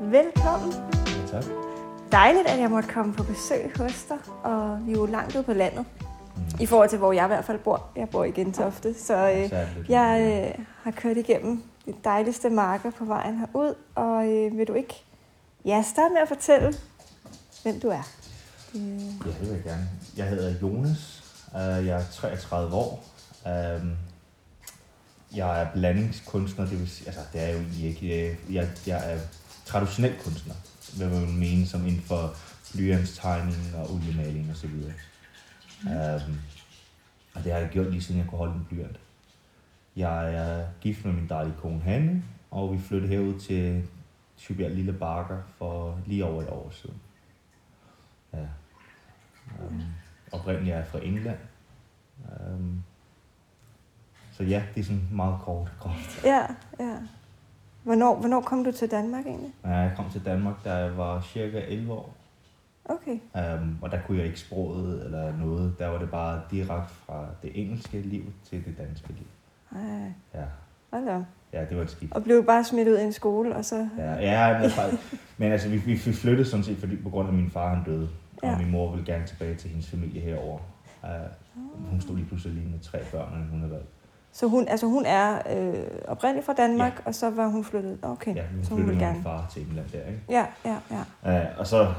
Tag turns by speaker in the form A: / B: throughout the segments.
A: Velkommen.
B: Ja, tak.
A: Dejligt, at jeg måtte komme på besøg hos dig, og vi er jo langt ude på landet. I forhold til, hvor jeg i hvert fald bor. Jeg bor i Gentofte, så
B: 아,
A: øh,
B: Særligt.
A: jeg øh, har kørt igennem de dejligste marker på vejen herud, og øh, vil du ikke ja, starte med at fortælle, hvem du er? Øh,
B: Ja, det vil jeg gerne. Jeg hedder Jonas. Øh, Jeg er 33 år. Øhm, Jeg er blandingskunstner, det vil sige, altså det er jo I ikke. Øh, Jeg, jeg er traditionel kunstner, hvad man vil mene, som inden for blyantstegning og oliemaling osv. Og, mm. øhm, og det har jeg gjort lige siden jeg kunne holde en blyant. Jeg er gift med min dejlige kone Hanne, og vi flyttede herud til Tybjerg Lille Bakker for lige over et år siden. Ja. Um, oprindeligt er jeg fra England. Um, så ja, det er sådan meget kort. kort.
A: ja, ja. Hvornår, hvornår kom du til Danmark egentlig?
B: Ja, Jeg kom til Danmark, da jeg var cirka 11 år.
A: Okay,
B: Um, og der kunne jeg ikke sproget eller noget. Der var det bare direkte fra det engelske liv til det danske liv.
A: Ej,
B: Ja,
A: hold da op.
B: ja det var et skidt.
A: Og blev bare smidt ud af en skole, og så...
B: Ja, ja men, faktisk, men altså, vi, vi flyttede sådan set, fordi på grund af, at min far han døde. Ja.
A: Ja.
B: Og min mor ville gerne tilbage til hendes familie herover. Uh, hun stod lige pludselig lige med tre børn, og hun havde været
A: Så hun, altså hun er øh, oprindelig fra Danmark, ja. og så var hun flyttet. Okay,
B: Ja, hun
A: så hun
B: flyttede
A: vil
B: med min
A: gerne.
B: far til England der, ikke?
A: Ja, ja, ja.
B: Uh, og så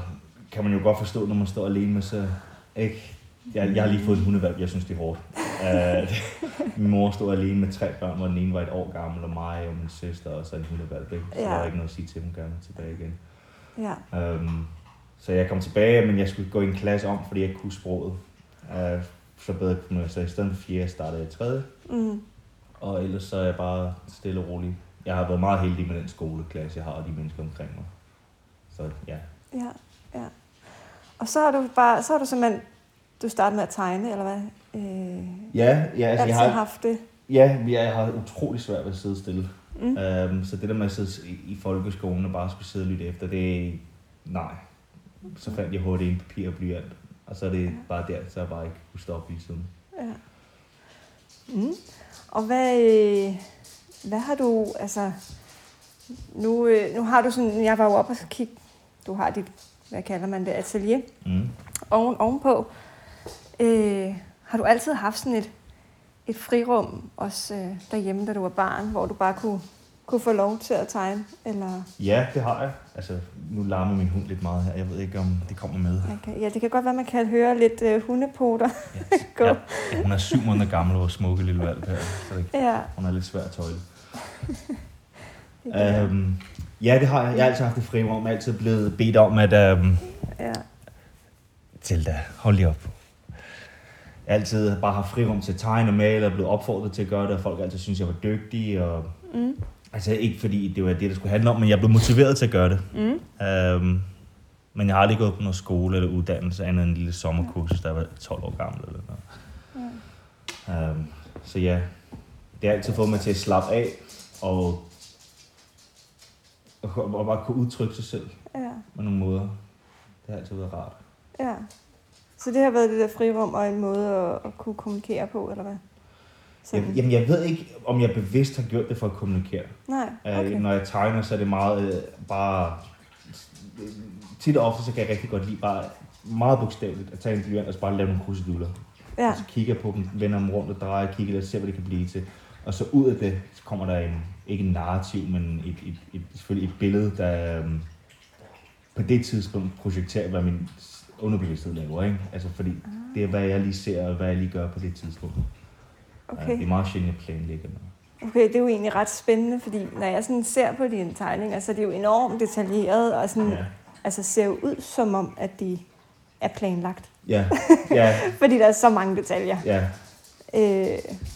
B: kan man jo godt forstå, når man står alene med så... Ikke? Jeg, jeg har lige fået en hundevalp, jeg synes, det er hårdt. Uh, min mor stod alene med tre børn, hvor den ene var et år gammel, og mig og min søster, og så en hundevalp, ikke? Så
A: Ja.
B: der var ikke noget at sige til, at hun gerne ville tilbage igen.
A: ja.
B: Um, så jeg kom tilbage, men jeg skulle gå i en klasse om, fordi jeg ikke kunne sproget. Uh, så bedre kunne jeg, så i stedet for fjerde startede jeg i tredje.
A: Mm.
B: Og ellers så er jeg bare stille og rolig. Jeg har været meget heldig med den skoleklasse, jeg har, og de mennesker omkring mig. Så ja,
A: Ja, ja. Og så har du bare, så har du simpelthen, du startede med at tegne, eller hvad? Øh,
B: Ja, ja, altså,
A: altid
B: jeg har,
A: haft det.
B: ja, vi er- jeg har utrolig svært ved at sidde stille.
A: Mm.
B: Mm. Øhm, så det der med at sidde i, i folkeskolen og bare skulle sidde og lytte efter, det er... Nej. Så fandt jeg hurtigt en papir og blyant. Og så er det
A: Ja.
B: ja. bare der, så jeg bare ikke kunne stoppe hele tiden.
A: Ja. Mm. Og hvad, øh, hvad har du, altså, nu, øh, nu har du sådan, jeg var jo oppe og kigge, du har dit, hvad kalder man det, atelier
B: Mm.
A: oven, ovenpå. Øh, har du altid haft sådan et, et frirum, også øh, derhjemme, da du var barn, hvor du bare kunne, kunne få lov til at tegne? Eller,
B: Ja, det har jeg. Altså, nu larmer min hund lidt meget her. Jeg ved ikke, om det kommer med.
A: man kan, ja, det kan godt være, man kan høre lidt øh, hundepoter gå.
B: Ja, ja, hun er syv måneder gammel, vores smukke lille valp her. Så det,
A: Ja.
B: hun er lidt svær at tøjle.
A: det kan jeg.
B: Øhm, ja, det har jeg. Jeg har altid haft et frirum. Jeg er altid blevet bedt om, at... Øhm,
A: ja.
B: Tilda, hold lige op. Jeg har altid bare haft frirum til at tegne og male og blevet opfordret til at gøre det, og folk altid synes, jeg var dygtig. Og...
A: Mm.
B: Altså ikke fordi det var det, det skulle handle om, men jeg blev motiveret til at gøre det.
A: Mm.
B: Øhm, men jeg har aldrig gået på noget skole eller uddannelse andet end en lille sommerkursus, der var 12 år gammel eller noget. Øhm, så ja, det har altid fået mig til at slappe af og, og, og bare kunne udtrykke sig selv
A: ja.
B: på nogle måder. Det har altid været rart.
A: Ja. Så det har været det der frirum og en måde at, at kunne kommunikere på, eller hvad?
B: Jeg,
A: Sådan.
B: jamen, jeg ved ikke, om jeg bevidst har gjort det for at kommunikere.
A: Nej,
B: Okay.
A: okay.
B: Øh, når jeg tegner, så er det meget øh, bare... øh, Tit og ofte, så kan jeg rigtig godt lide bare meget bogstaveligt at tage en blyant og så bare lave nogle kruseduller.
A: Ja,
B: Og så kigger jeg på dem, vender dem rundt og drejer, kigger lidt, ser hvad det kan blive til. Og så ud af det, så kommer der en, ikke en narrativ, men et, et, et, selvfølgelig et billede, der øhm, på det tidspunkt projekterer, hvad min underbevidsthed laver. Ikke? Altså fordi
A: Ah.
B: det er, hvad jeg lige ser, og hvad jeg lige gør på det tidspunkt. Ja, det er
A: okay.
B: meget sjældent, jeg planlægger noget.
A: Okay, det er jo egentlig ret spændende, fordi når jeg sådan ser på dine tegninger, så er de jo enormt detaljerede og sådan, ja.
B: Ja.
A: altså ser jo ud som om, at de er planlagt.
B: Ja, ja,
A: Fordi der er så mange detaljer.
B: ja.
A: Øh,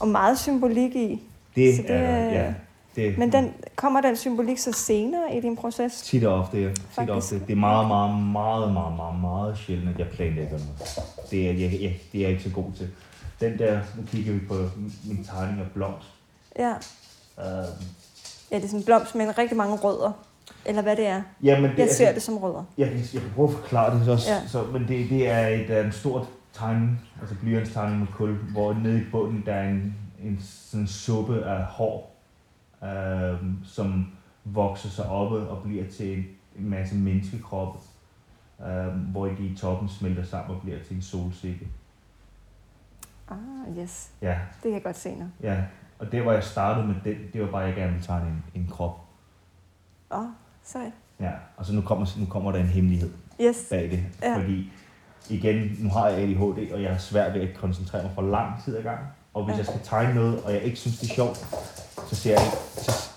A: og meget symbolik i.
B: Det,
A: Så det
B: det er,
A: er-
B: ja, det
A: Men den, kommer den symbolik så senere i din proces?
B: tit og ofte, ja. Tit og
A: Faktisk.
B: ofte. Det er meget, meget, meget, meget, meget, meget sjældent, at jeg planlægger noget. Det er, jeg, jeg, det er jeg ikke så god til. Den der, nu kigger vi på min tegning af blomst.
A: Ja.
B: Uh,
A: ja, det er sådan en blomst med rigtig mange rødder. Eller hvad det er.
B: jamen, det, altså,
A: Jeg ser
B: er-
A: det som rødder.
B: Jeg, kan- jeg kan prøve at forklare det også,
A: Ja.
B: ja. så, men det, det er et, øh, en stort tegning, altså blyantstegning med kul, hvor nede i bunden der er en, en sådan suppe af hår, øh, som vokser sig oppe og bliver til en en masse menneskekroppe, øh, hvor de i toppen smelter sammen og bliver til en solsikke.
A: Ah, yes.
B: Ja,
A: Det kan jeg godt se nu.
B: ja. Og det, hvor jeg startede med den, det var bare, at jeg gerne ville tegne en, en krop.
A: Åh, oh, sejt.
B: Ja, og så nu kommer, nu kommer der en hemmelighed
A: Yes.
B: bag det.
A: Ja.
B: Ja. Fordi igen, nu har jeg ADHD, og jeg har svært ved at koncentrere mig for lang tid ad gangen. Og hvis
A: Ja.
B: ja. jeg skal tegne noget, og jeg ikke synes, det er sjovt, så ser jeg, ikke- så,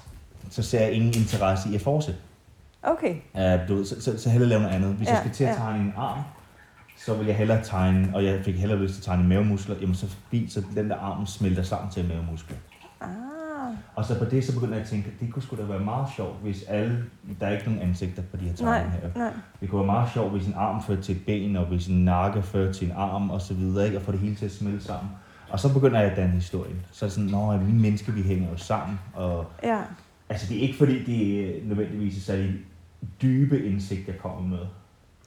B: så ser jeg ingen interesse i at fortsætte.
A: Okay.
B: Uh, du ved, så, så, så hellere lave noget andet. Hvis
A: Ja,
B: ja. jeg skal til at
A: ja.
B: tegne en arm, så vil jeg hellere tegne, og jeg fik hellere lyst til at tegne mavemuskler, jamen så fordi så den der arm smelter sammen til en mavemuskel.
A: Ah,
B: Og så på det, så begyndte jeg at tænke, det kunne sgu da være meget sjovt, hvis alle, der er ikke nogen ansigter på de her
A: nej,
B: tegninger her.
A: nej.
B: Det kunne være meget sjovt, hvis en arm førte til et ben, og hvis en nakke førte til en arm, og så videre, ikke? Og få det hele til at smelte sammen. Og så begynder jeg at danne historien. Så er det sådan, nå, vi mennesker, vi hænger jo sammen. Og,
A: Ja,
B: altså, det er ikke fordi, det er nødvendigvis er særlig dybe indsigt, jeg kommer med.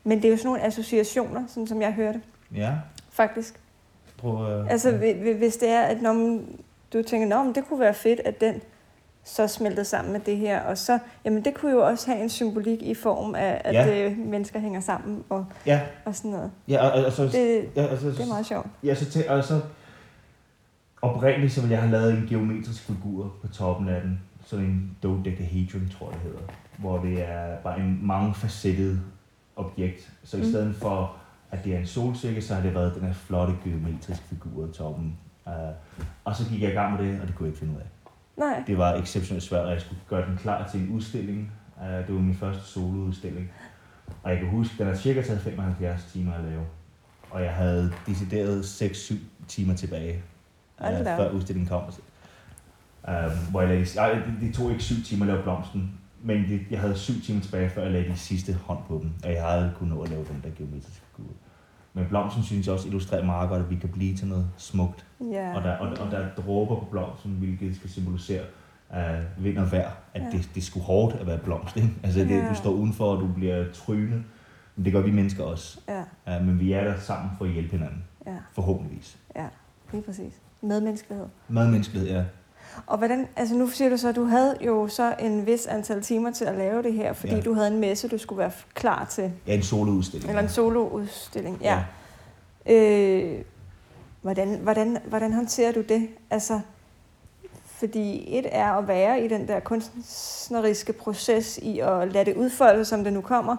A: men det er jo sådan nogle associationer, sådan som jeg hørte,
B: Ja,
A: faktisk.
B: prøv at...
A: Altså, hvi- hvi- hvis det er, at når man- du tænker, at det kunne være fedt, at den så smeltede sammen med det her, og så, jamen det kunne jo også have en symbolik i form af, at
B: Ja.
A: ja. mennesker hænger sammen og,
B: Ja,
A: og sådan noget.
B: ja og, og, og så...
A: Det,
B: ja, og så,
A: det er meget sjovt.
B: Ja, så til, og så oprindeligt, så ville jeg have lavet en geometrisk figur på toppen af den. Sådan en dodecahedron, tror jeg det hedder. Hvor det er bare en mangefacettet objekt. Så i
A: Mm.
B: stedet for, at det er en solsikke, så har det været den her flotte geometriske figur i toppen. Uh, og så gik jeg i gang med det, og det kunne jeg ikke finde ud af.
A: Nej,
B: Det var exceptionelt svært, og jeg skulle gøre den klar til en udstilling. Uh, det var min første soloudstilling. Og jeg kan huske, den har cirka taget 75 timer at lave. Og jeg havde decideret 6-7 timer tilbage, øh,
A: Hold da op.
B: før udstillingen kom. Uh, hvor jeg lagde, ej, det, det tog ikke 7 timer at lave blomsten, men det, jeg havde 7 timer tilbage, før jeg lagde de sidste hånd på dem. Og jeg havde kunnet nå at lave den der geometriske figur. Men blomsten synes jeg også illustrerer meget godt, at vi kan blive til noget smukt
A: ja.
B: og der, og, og der er dråber på blomsten, hvilket skal symbolisere uh, vind og vejr. At
A: Ja.
B: ja. det, det er sgu hårdt at være blomst. Ikke? Altså, det,
A: Ja.
B: du står udenfor, og du bliver trynet. Men det gør vi mennesker også.
A: Ja,
B: Uh, men vi er der sammen for at hjælpe hinanden,
A: ja,
B: forhåbentligvis.
A: ja, lige præcis. Medmenneskelighed.
B: Medmenneskelighed er...
A: Og hvordan, altså nu siger du så, at du havde jo så en vis antal timer til at lave det her, fordi ja.
B: Ja.
A: du havde en messe, du skulle være f- klar til,
B: Ja, en soloudstilling.
A: eller en soloudstilling. Ja. ja. Øh, hvordan, hvordan, hvordan håndterer du det? Altså, fordi et er at være i den der kunstneriske proces i at lade det udfolde, sig, som det nu kommer,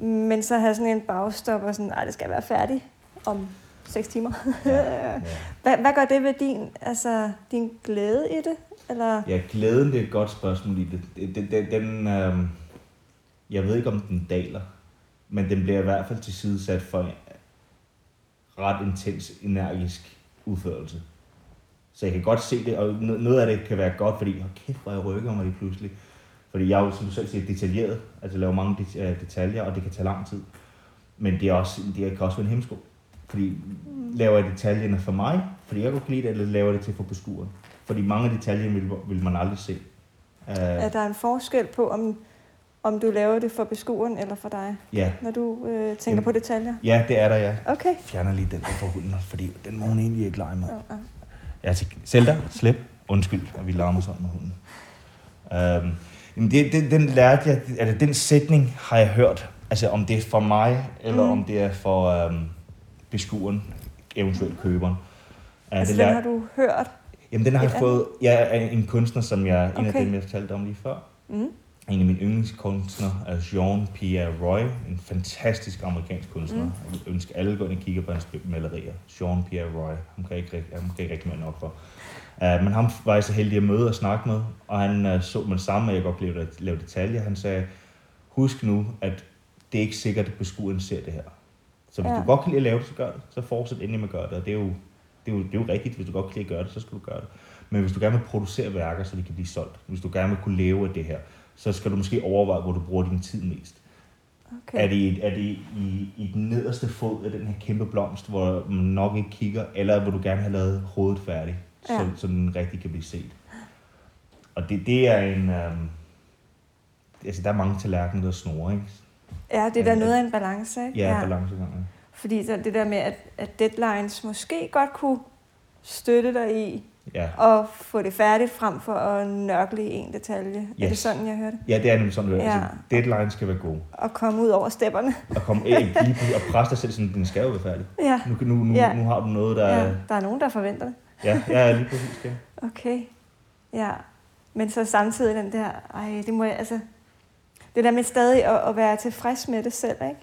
B: Mm.
A: men så have sådan en bagstopper, sådan, nej, det skal være færdigt om 6 timer.
B: Ja, ja.
A: Hvad, hvad gør det ved din, altså, din glæde i det? Eller?
B: Ja, glæden, det er et godt spørgsmål i det. Den, den, den øh, jeg ved ikke, om den daler, men den bliver i hvert fald tilsidesat for en ret intens, energisk udførelse. Så jeg kan godt se det, og no- noget af det kan være godt, fordi, hold kæft, hvor jeg rykker mig lige pludselig. Fordi jeg er jo, som du selv siger, detaljeret, altså laver mange det- øh, detaljer, og det kan tage lang tid. Men det, er også, det kan også være en hemsko. Fordi laver jeg detaljerne for mig, fordi jeg kunne lide det, eller laver jeg det til for beskueren. Fordi mange af detaljerne vil, vil man aldrig se. Uh,
A: Er der en forskel på, om, om du laver det for beskueren eller for dig,
B: ja.
A: når du øh, tænker
B: Jamen.
A: på detaljer?
B: ja, det er der, ja.
A: Okay.
B: Jeg fjerner lige den der for hunden, fordi den må hun egentlig ikke lege med.
A: Ja, ja.
B: Ja, til Zelda, slip. Undskyld, at vi larmer sådan med hunden. Øhm, jamen det, det, den lærte jeg, altså den sætning har jeg hørt. Altså om det er for mig, eller
A: Mm.
B: mm. om det er for øhm, beskueren, eventuelt køberen. Ja,
A: Altså,
B: det
A: den
B: lær-
A: har du hørt.
B: Jamen den har
A: Et
B: jeg
A: andet?
B: fået, jeg er en kunstner, som jeg, en af
A: Okay.
B: dem jeg talte om lige før.
A: Mm.
B: En af mine yndlingskunstnere er Jean Pierre Roy, en fantastisk amerikansk kunstner.
A: Mm.
B: Jeg vil ønske alle går ind og kigger på hans malerier. Jean Pierre Roy, ham kan jeg ikke, rigt- ham kan jeg ikke rigtig mere nok for. Uh, men ham var jeg så heldig at møde og snakke med, og han uh, så med det samme, at jeg godt blev at lave detaljer. Han sagde, husk nu, at det er ikke sikkert, at beskueren ser det her. Så hvis
A: Ja.
B: ja. du godt kan lide at lave det, så gør det. Så fortsæt endelig med at gøre det, og det er jo, det er jo, det er jo rigtigt. Hvis du godt kan lide at gøre det, så skal du gøre det. Men hvis du gerne vil producere værker, så de kan blive solgt, hvis du gerne vil kunne leve af det her, så skal du måske overveje, hvor du bruger din tid mest.
A: Okay.
B: Okay. Er det, er det i, i den nederste fod af den her kæmpe blomst, hvor man nok ikke kigger, eller hvor du gerne have lavet hovedet færdigt, ja.
A: Ja.
B: så, så den rigtig kan blive set? Og det, det er en... Øhm, altså, der er mange tallerkener, der snorer, ikke?
A: Ja, det er da noget af en balance, ikke?
B: Ja, ja. balancegangen.
A: Fordi så det der med, at, at deadlines måske godt kunne støtte dig i
B: Ja.
A: og få det færdigt frem for at nørkle i en detalje. Yes. Er det
B: Yes.
A: sådan, jeg hørte?
B: ja, det er nemlig sådan, det er.
A: Ja.
B: Ja. Altså, deadline skal være god.
A: Og komme ud over stepperne.
B: Og komme ikke lige pludselig og presse dig selv, sådan, den skal jo være færdig.
A: Ja.
B: Nu, nu, nu,
A: Ja.
B: ja. nu har du noget, der...
A: ja,
B: Ja,
A: der er nogen, der forventer det.
B: ja, ja lige præcis. Ja.
A: Okay, ja. Men så samtidig den der, ej, det må jeg, altså... Det der med stadig at, at være tilfreds med det selv, ikke?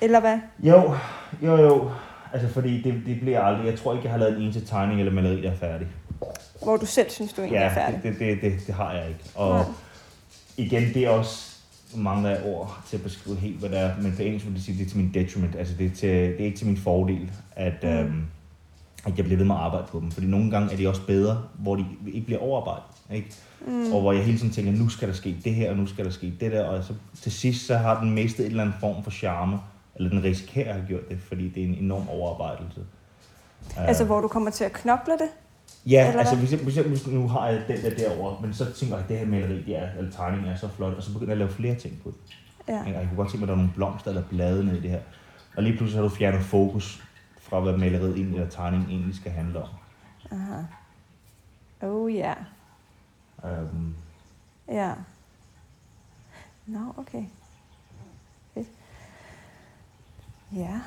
A: Eller hvad?
B: Jo, jo, jo. Altså, fordi det, det bliver aldrig... Jeg tror ikke, jeg har lavet en eneste tegning eller maleri, der er færdig.
A: Hvor du selv synes, du egentlig er
B: Ja,
A: færdig.
B: det, det, det, det, det har jeg ikke. Og
A: Nej.
B: igen, det er også mange af ord til at beskrive helt, hvad det er. Men på engelsk vil jeg sige, det er til min detriment. Altså, det er, til, det er ikke til min fordel, at,
A: Mm.
B: mm. øhm, at jeg bliver ved med at arbejde på dem. Fordi nogle gange er de også bedre, hvor de ikke bliver overarbejdet. Ikke? Mm. Og hvor jeg hele tiden tænker, nu skal der ske det her, og nu skal der ske det der. Og så til sidst, så har den mistet en eller anden form for charme. Eller den risikerer at have gjort det, fordi det er en enorm overarbejdelse.
A: Altså,
B: Øh,
A: hvor du kommer til at knokle det?
B: Ja,
A: Eller
B: Eller altså
A: hvad?
B: hvis jeg, hvis jeg, hvis nu har jeg den der derovre, men så tænker jeg, at det her maleri, det er, eller tegning er så flot, og så begynder jeg at lave flere ting på det.
A: Ja.
B: Ja. Jeg kunne godt tænke mig, at der er nogle blomster eller blade nede i det her. Og lige pludselig har du fjernet fokus fra, hvad maleriet egentlig, eller tegningen egentlig skal handle om.
A: Aha. Oh ja, yeah.
B: Øhm,
A: ja. Nå, okay. Fedt. Ja.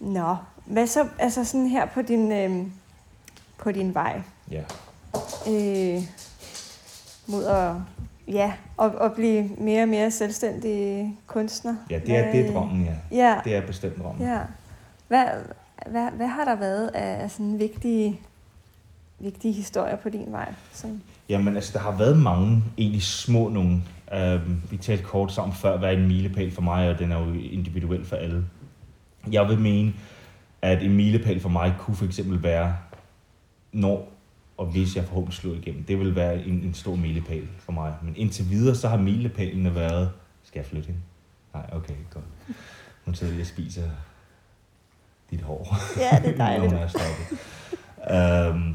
A: Nå, hvad så, altså sådan her på din, øhm, på din vej
B: ja.
A: øh, mod at, ja, at, at blive mere og mere selvstændig kunstner?
B: ja, det er, det er
A: Hvad-
B: drømmen, ja.
A: Ja,
B: Det er bestemt drømmen.
A: ja. Hvad, hvad, hvad har der været af af sådan vigtige, vigtige historier på din vej? Sådan,
B: Jamen, altså, der har været mange egentlig små nogle. Øhm, vi talte kort sammen før, hvad er en milepæl for mig, og den er jo individuel for alle. Jeg vil mene, at en milepæl for mig kunne for eksempel være, når og hvis jeg forhåbentlig slår igennem. Det vil være en, en stor milepæl for mig. Men indtil videre, så har milepælene været, skal jeg flytte hende? Nej, okay, godt. Hun sidder lige og spiser dit hår.
A: ja, det er
B: Når
A: dejligt.
B: hun er stoppet. øhm,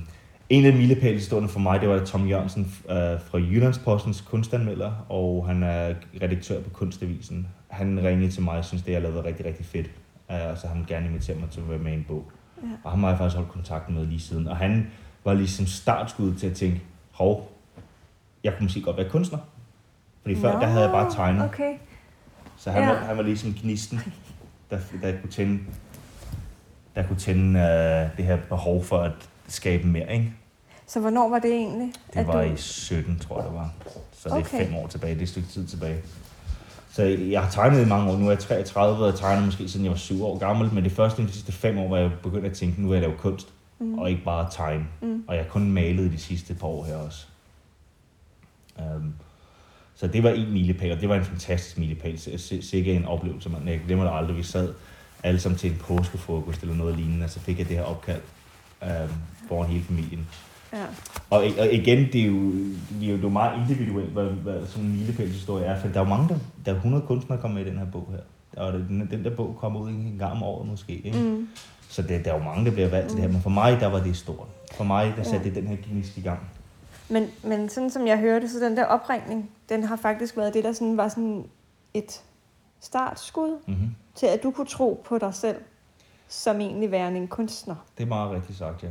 B: en af milepælshistorierne for mig, det var Tom Jørgensen øh, fra Jyllandspostens kunstanmelder, og han er redaktør på Kunstavisen. Han ringede til mig og syntes, det jeg lavede var rigtig, rigtig fedt. Øh, og så har han gerne inviteret mig til at være med i en bog.
A: Ja.
B: Og ham har jeg faktisk holdt kontakten med lige siden. Og han var ligesom startskuddet til at tænke, hov, jeg kunne måske godt være kunstner. Fordi før,
A: Nå,
B: der havde jeg bare tegnet.
A: Okay.
B: Så han,
A: Ja.
B: ja. var, han var ligesom gnisten, der, der kunne tænde, der kunne tænde øh, det her behov for at skabe mere. Ikke?
A: Så hvornår var det egentlig?
B: Det var i 17, tror jeg, det var. Så det er
A: Okay.
B: fem år tilbage, det er et stykke tid tilbage. Så jeg har tegnet i mange år. Nu er jeg 33, og jeg tegner måske siden jeg var 7 år gammel. Men det første de sidste fem år, hvor jeg begyndte at tænke, nu vil jeg lave kunst,
A: Mhm.
B: mm. og ikke bare tegne.
A: Mm.
B: Og jeg har kun malet de sidste par år her også. Um, så det var en milepæl, og det var en fantastisk milepæl. Si- si- Sikke en oplevelse, man jeg glemmer det aldrig. Vi sad alle sammen til en påskefrokost eller noget lignende, og så fik jeg det her opkald um, foran hele familien.
A: Ja.
B: Og, og igen, det er jo, vi er jo det er jo meget individuelt, hvad, hvad sådan en milepælshistorie er, for der er jo mange, der, der er 100 kunstnere, der kommer med i den her bog her. Og den, den der bog kommer ud en gang om året måske, ikke?
A: Mm.
B: Så det, der er jo mange, der bliver valgt til det her, men for mig, der var det stort. For mig, der satte
A: Ja.
B: det den her gnist i gang.
A: Men, men sådan som jeg hørte, så den der opringning, den har faktisk været det, der sådan var sådan et startskud
B: Mm-hmm.
A: til, at du kunne tro på dig selv som egentlig værende en kunstner.
B: Det er meget rigtigt sagt, ja.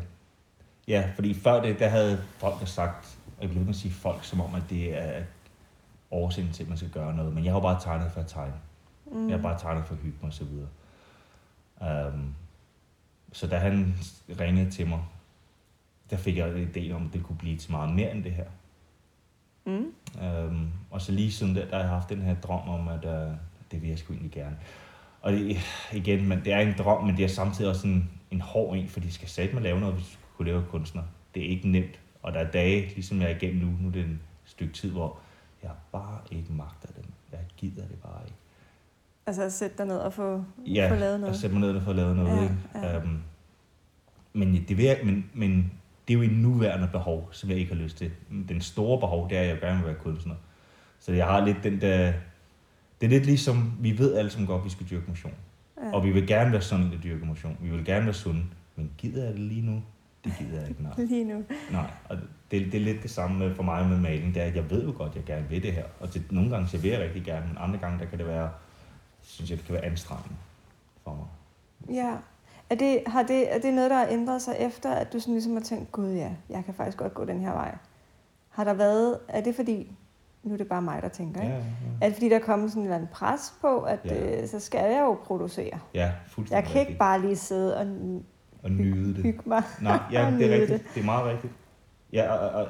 B: Ja, fordi før det, der havde folk der sagt, og jeg vil ikke sige folk, som om, at det er årsagen til, at man skal gøre noget, men jeg har jo bare tegnet for at tegne.
A: Mm.
B: Jeg har bare tegnet for at hygge mig osv. Så, videre. um, så da han ringede til mig, der fik jeg en idé om, at det kunne blive til meget mere end det her.
A: Mm.
B: Øhm, og så lige siden der, der har jeg haft den her drøm om, at øh, det vil jeg sgu egentlig gerne. Og det, igen, men det er en drøm, men det er samtidig også en, en hård en, fordi jeg skal satme lave noget, hvis jeg skulle kunne lave kunstner. Det er ikke nemt, og der er dage, ligesom jeg er igennem nu, nu er det en stykke tid, hvor jeg bare ikke magter det. Jeg gider det bare ikke.
A: Altså at sætte dig ned og få,
B: Ja,
A: få lavet noget.
B: og sætte mig ned og få lavet noget.
A: Ja,
B: Ja, ikke?
A: ja.
B: Ja. Øhm, men, det vil jeg, men, men det er jo et nuværende behov, som jeg ikke har lyst til. Den store behov, det er, at jeg gerne vil være kunstner. Så jeg har lidt den der... Det er lidt ligesom, vi ved alle som godt, vi skal dyrke motion.
A: Ja.
B: Ja. Og vi vil gerne være sunde, der dyrker motion. Vi vil gerne være sunde. Men gider jeg det lige nu? Det gider jeg ikke, nej.
A: Lige nu.
B: Nej, og det, det er lidt det samme med- for mig med maling, det er, at jeg ved jo godt, at jeg gerne vil det her. Og det, nogle gange så vil jeg rigtig gerne, men andre gange, der kan det være, synes jeg, det kan være anstrengende for mig.
A: Ja. Er det, har det, er det noget, der har ændret sig efter, at du sådan ligesom har tænkt, gud ja, jeg kan faktisk godt gå den her vej? Har der været, er det fordi, nu er det bare mig, der tænker, ikke?
B: ja, ja.
A: Er det fordi, der er kommet sådan en eller anden pres på, at
B: Ja.
A: ja. øh, så skal jeg jo producere?
B: ja
A: Jeg
B: fuldstændig
A: kan ikke
B: rigtigt.
A: bare lige sidde og n-
B: Og nyde det.
A: hygge mig.
B: Nej, ja,
A: og
B: det er
A: nyde
B: rigtigt. Det er meget rigtigt. Ja, og, og,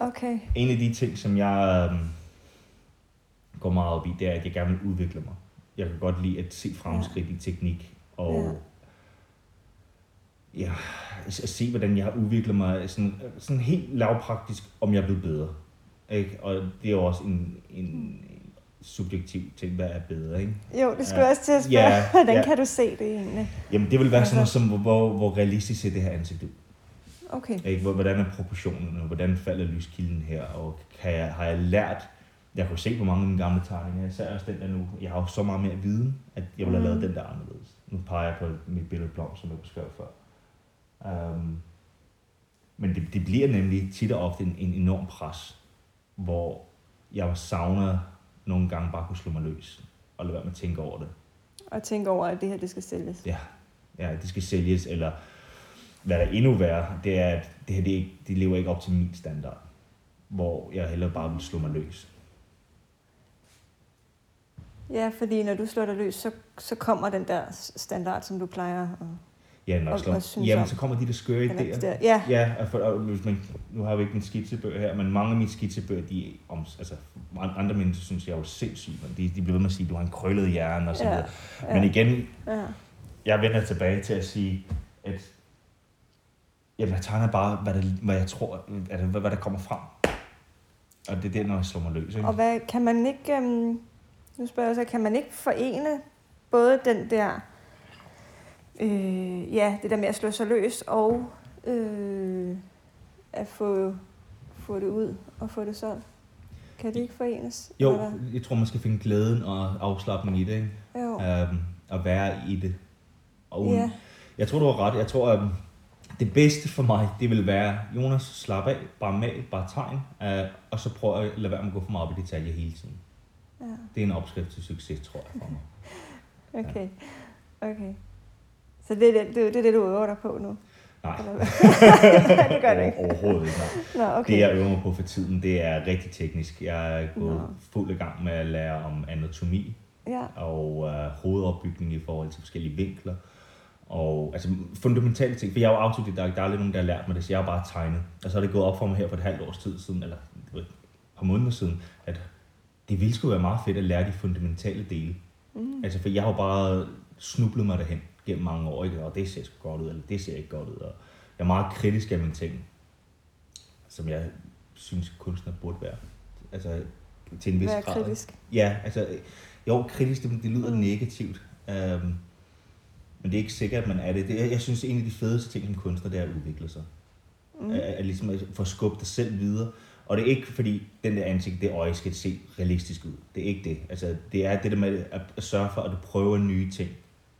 B: og
A: Okay.
B: en af de ting, som jeg øhm, går meget op i, det er, at jeg gerne vil udvikle mig. Jeg kan godt lide at se fremskridt ja. i teknik, og ja. Ja, at at se, hvordan jeg har udviklet mig, sådan, sådan helt lavpraktisk, om jeg er blevet bedre. Ikke? Og det er jo også en, en subjektiv ting, hvad er bedre, ikke?
A: Jo, det skulle
B: Ja.
A: jeg også til at spørge,
B: Ja,
A: ja. hvordan
B: ja.
A: kan du se det egentlig?
B: Jamen, det vil være sådan noget
A: Altså-
B: som, hvor, hvor, hvor realistisk ser det her ansigt ud?
A: Okay.
B: Ikke? Hvor- Hvordan er proportionerne? Hvordan falder lyskilden her? Og kan jeg, har jeg lært... Jeg kunne se på mange af mine gamle tegninger, især også den der nu. Jeg har jo så meget mere viden, at jeg ville have lavet
A: Mm.
B: den der anderledes. Nu peger jeg på mit billede blom, som jeg beskrev før. Um, men det, det, bliver nemlig tit og ofte en, en enorm pres, hvor jeg savner nogle gange bare at kunne slå mig løs og lade være med at tænke over det.
A: Og tænke over, at det her, det skal sælges.
B: ja, det skal sælges, eller hvad der er endnu værre, det er, at det her, det, er ikke, det lever ikke op til min standard, hvor jeg hellere bare vil slå mig løs.
A: Ja, fordi når du slår dig løs, så, så kommer den der s- standard, som du plejer. at...
B: Ja, når jeg
A: Og-
B: slår,
A: og synes
B: jamen,
A: om-
B: så kommer de der skøre
A: eller-
B: idéer.
A: der- Ja,
B: Ja, og for, og hvis man, nu har vi ikke min skitsebøger her, men mange af mine skitsebøger, de er om, altså, andre mennesker synes, jeg er jo sindssyg, men de, de bliver ved med at sige, du har en krøllet hjerne og så
A: Ja,
B: videre.
A: ja.
B: Men igen,
A: ja.
B: jeg vender tilbage til at sige, at jamen, jeg tegner bare, hvad, der, hvad jeg tror, altså, hvad, hvad der kommer frem. Og det er der, når jeg slår mig løs. Ikke?
A: Og hvad, kan man ikke, øhm, nu spørger jeg så, kan man ikke forene både den der, øh, ja, det der med at slå sig løs, og øh, at få, få det ud og få det solgt? Kan det ikke forenes?
B: Jo,
A: Eller?
B: jeg tror, man skal finde glæden og afslappningen i det. Ikke?
A: Jo.
B: Øhm, at være i det. Og
A: Ja.
B: Jeg tror, du har ret. Jeg tror, at det bedste for mig, det vil være, Jonas, slap af, bare mal, bare tegn, øh, og så prøv at lade være med at gå for meget op i detaljer hele tiden.
A: ja.
B: Det er en opskrift til succes, tror jeg, for mig.
A: Okay. Okay. Så det er det, det, er det du øver dig på nu?
B: Nej,
A: Eller hvad? det gør du
B: over-
A: ikke.
B: overhovedet ikke. Nej.
A: Nå,
B: Okay. Det, jeg
A: okay.
B: øver mig på for tiden, det er rigtig teknisk. Jeg er gået
A: Nå.
B: fuld i gang med at lære om anatomi
A: Ja,
B: og øh, hovedopbygning i forhold til forskellige vinkler. Og altså fundamentale ting, for jeg er jo autodidakt, der er lidt nogen, der har lært mig det, så jeg har bare tegnet. Og så er det gået op for mig her for et halvt års tid siden, eller du ved, et par måneder siden, at det ville sgu være meget fedt at lære de fundamentale dele. Mm. Altså, for jeg har jo bare snublet mig derhen gennem mange år, ikke? og det ser sgu godt ud, eller det ser ikke godt ud. Og jeg er meget kritisk af mine ting, som jeg synes, kunstner burde være. Altså, til en vis
A: vær
B: grad. ikke?
A: kritisk.
B: Ja, altså, jo, kritisk, det, det lyder mm. negativt. Um, men det er ikke sikkert, at man er det. det jeg, jeg synes, en af de fedeste ting som kunstner, det er at udvikle sig. Mm. At, at, ligesom at få skubbet dig selv videre. Og det er ikke, fordi den der ansigt, det øje skal se realistisk ud. Det er ikke det. Altså, det er det der med at, at sørge for, at du prøver nye ting.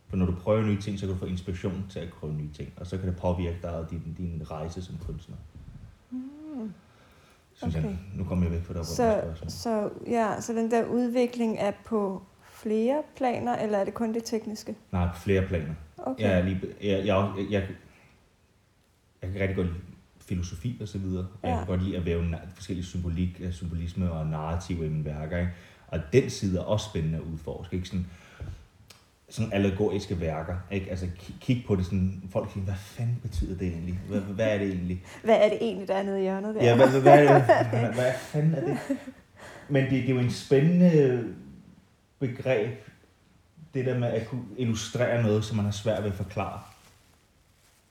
B: For når du prøver nye ting, så kan du få inspiration til at prøve nye ting. Og så kan det påvirke dig og din, din rejse som kunstner. Mm.
A: Okay.
B: Jeg, nu kommer jeg væk fra det
A: Så,
B: spørgsmål.
A: så, ja, så den der udvikling er på flere planer, eller er det kun det tekniske?
B: Nej, på flere planer.
A: Okay.
B: Jeg, er lige, jeg, jeg, jeg, jeg, jeg kan rigtig godt lide filosofi og så videre. Ja. Jeg
A: Ja.
B: kan godt lide at væve na- forskellige symbolik, øh, symbolisme og narrativer i mine værker. Ikke? Og den side er også spændende at udforske. Ikke? Sådan, sådan allegoriske værker. Ikke? Altså ki- kig på det sådan, folk siger, hvad fanden betyder det egentlig? Hvad, hvad er det egentlig?
A: Hvad er det egentlig, der er nede i hjørnet der?
B: Ja, hvad, hvad, hvad, er det? hvad, hvad fanden er det? Men det, det er jo en spændende begreb, det der med at kunne illustrere noget, som man har svært ved at forklare.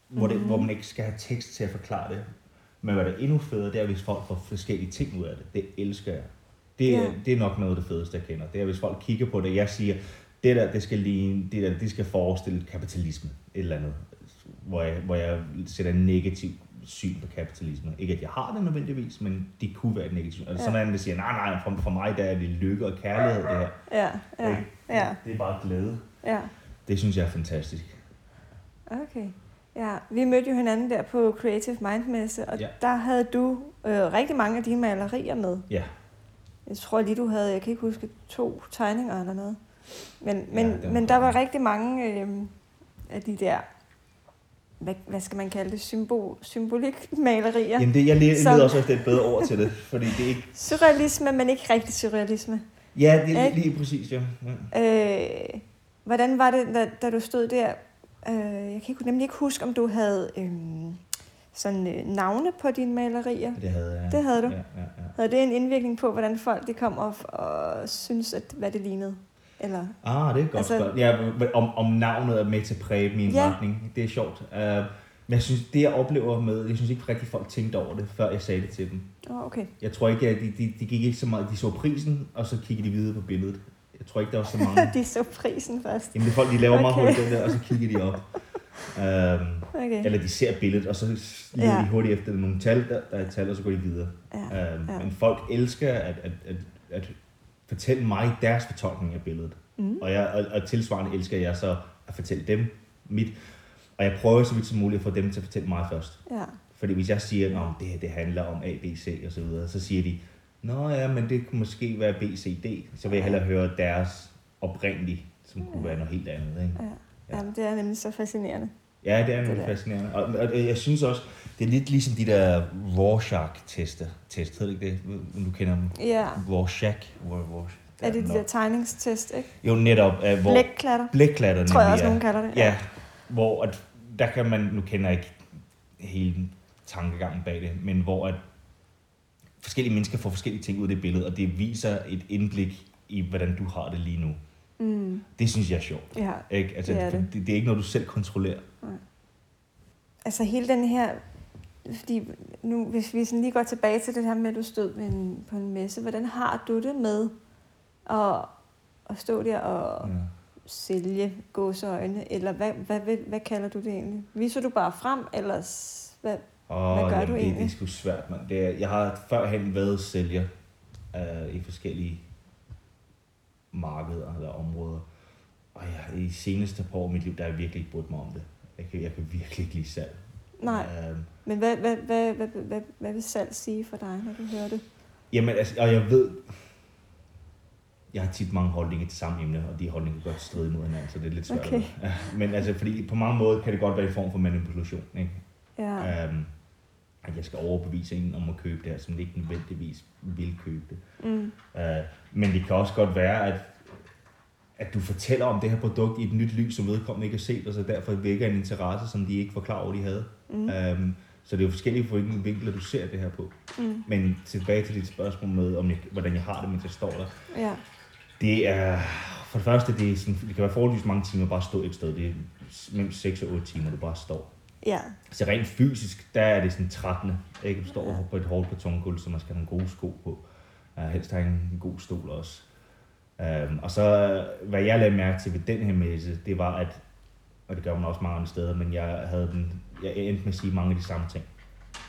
B: Hvor, det, mm-hmm. hvor man ikke skal have tekst til at forklare det. Men hvad der er endnu federe, det er, hvis folk får forskellige ting ud af det. Det elsker jeg. Det, ja.
A: Ja.
B: det er nok noget af det fedeste, jeg kender. Det er, hvis folk kigger på det, jeg siger, det der, det skal, ligne, det der, det skal forestille kapitalisme, et eller andet. Hvor jeg, hvor jeg sætter en negativ syn på kapitalisme. Ikke at jeg har det nødvendigvis, men det kunne være et negativt.
A: Ja.
B: Altså, ja. Sådan er det, der siger, nej, nej, for, for mig der er det lykke og kærlighed, det her.
A: Ja, ja,
B: Ikke?
A: ja,
B: Det er bare glæde.
A: ja.
B: Det synes jeg er fantastisk.
A: Okay. Ja, vi mødte jo hinanden der på Creative Mind Messe, og
B: Ja.
A: ja. der havde du øh, rigtig mange af dine malerier med.
B: Ja.
A: Jeg tror lige, du havde, jeg kan ikke huske, to tegninger eller noget. Men, men,
B: det var
A: ja, men der
B: mange.
A: var rigtig mange øh, af de der hvad, hvad skal man kalde det, symbol, symbolikmalerier.
B: Jamen det, jeg leder,
A: Som-
B: leder også efter et bedre ord til det, fordi det er ikke...
A: Surrealisme, men ikke rigtig surrealisme.
B: Ja, det er
A: Ikke?
B: lige præcis, ja. ja.
A: Øh, hvordan var det, da, da du stod der? Øh, jeg kan ikke, nemlig ikke huske, om du havde øh, sådan øh, navne på dine malerier.
B: Det havde jeg.
A: Det havde du.
B: Ja, ja, ja.
A: Havde det en indvirkning på, hvordan folk de kom og, og synes, at, hvad det lignede? Eller,
B: Ah, det er et godt
A: Altså-
B: altså, spørgsmål. Ja, men om, om navnet er med til at præge min
A: Ja.
B: ja. retning. Det er sjovt. Uh, men jeg synes, det jeg oplever med, jeg synes ikke rigtig folk tænkte over det, før jeg sagde det til dem.
A: oh, okay.
B: Jeg tror ikke, at de, de, de gik ikke så meget, de så prisen, og så kiggede de videre på billedet. Jeg tror ikke, der var så mange.
A: De så prisen først.
B: Jamen, det er folk, de laver okay. meget
A: Okay.
B: hurtigt den der, og så kigger de op. Um,
A: Okay.
B: eller de ser billedet, og så leder
A: Ja.
B: de hurtigt efter nogle tal, der, der er et tal, og så går de videre.
A: Ja.
B: Um,
A: Ja.
B: Men folk elsker at, at, at, at fortælle mig deres fortolkning af billedet.
A: Mm.
B: Og, jeg, og, og tilsvarende elsker jeg så at fortælle dem mit. Og jeg prøver så vidt som muligt at få dem til at fortælle mig først.
A: ja.
B: Fordi hvis jeg siger, at det her det handler om A, B, C og så videre, så siger de, Nå ja, men det kunne måske være B, C, D. Så vil jeg hellere høre deres oprindelige, som kunne være noget helt andet. Ikke?
A: Ja. Jamen, det er nemlig så fascinerende.
B: Ja, det er
A: Det
B: nemlig
A: er-
B: fascinerende. Og, og, og jeg synes også, det er lidt ligesom de der Rorschach-tester. Test, hedder det ikke det? Om Du kender dem.
A: Ja.
B: Rorschach. Ror- Rorschach.
A: Er det de
B: Nå.
A: der tegningstest, ikke?
B: Jo, netop. Uh, hvor...
A: Blækklatter,
B: Blækklatter.
A: tror jeg
B: nemlig
A: også,
B: er.
A: nogen kalder det.
B: Ja, hvor at, der kan man, nu kender jeg ikke hele tankegangen bag det, men hvor at forskellige mennesker får forskellige ting ud af det billede, og det viser et indblik i, hvordan du har det lige nu.
A: Mm.
B: Det synes jeg er sjovt.
A: ja.
B: Ikke? Altså,
A: Det
B: det,
A: er
B: er
A: det.
B: det. Det, det er ikke noget, du selv kontrollerer.
A: Altså hele den her, fordi nu, hvis vi sådan lige går tilbage til det her med, at du stod ved en, på en messe, hvordan har du det med at, at stå der og
B: Ja.
A: sælge gåseøjne, eller hvad, hvad, hvad, hvad kalder du det egentlig? Viser du bare frem, eller s- hvad?
B: Og
A: Hvad gør du
B: det, Det
A: egentlig?
B: er sgu svært, mand. Det er, jeg har førhen været sælger øh, i forskellige markeder eller områder. Og jeg, i seneste par år i mit liv, der har jeg virkelig ikke brudt mig om det. Jeg kan, jeg kan virkelig ikke lide salg.
A: Nej,
B: Øhm,
A: men hvad, hvad, hvad, hvad, hvad, hvad vil salg sige for dig, når du hører det?
B: Jamen, altså, og jeg ved, jeg har tit mange holdninger til samme emne, og de holdninger kan godt stride mod hinanden, så det er lidt svært.
A: Okay.
B: Men altså, fordi på mange måder kan det godt være en form for manipulation, ikke?
A: Ja,
B: Ja. Øhm, at jeg skal overbevise en om at købe det her, som ikke nødvendigvis vil købe det.
A: mm.
B: Øh, men det kan også godt være, at, at du fortæller om det her produkt i et nyt lys, som vedkommende ikke har set, og så derfor vækker en interesse, som de ikke var klar over, de havde.
A: Mm.
B: Øhm, så det er jo forskellige, fra hvilken vinkler du ser det her på.
A: Mm.
B: Men tilbage til dit spørgsmål med, om jeg, hvordan jeg har det, mens jeg står der.
A: ja,
B: Det er, for det første, det, er sådan, det kan være forholdsvis mange timer bare at stå et sted. Det er mellem 6 og 8 timer, du bare står.
A: ja,
B: Så rent fysisk, der er det sådan 13. Ikke? Du står
A: Ja.
B: på et hårdt betongulv, så man skal have nogle gode sko på. Uh, helst have en god stol også. Um, og så, hvad jeg lagde mærke til ved den her messe, det var, at, og det gør man også mange andre steder, men jeg, havde den, jeg endte med at sige mange af de samme ting.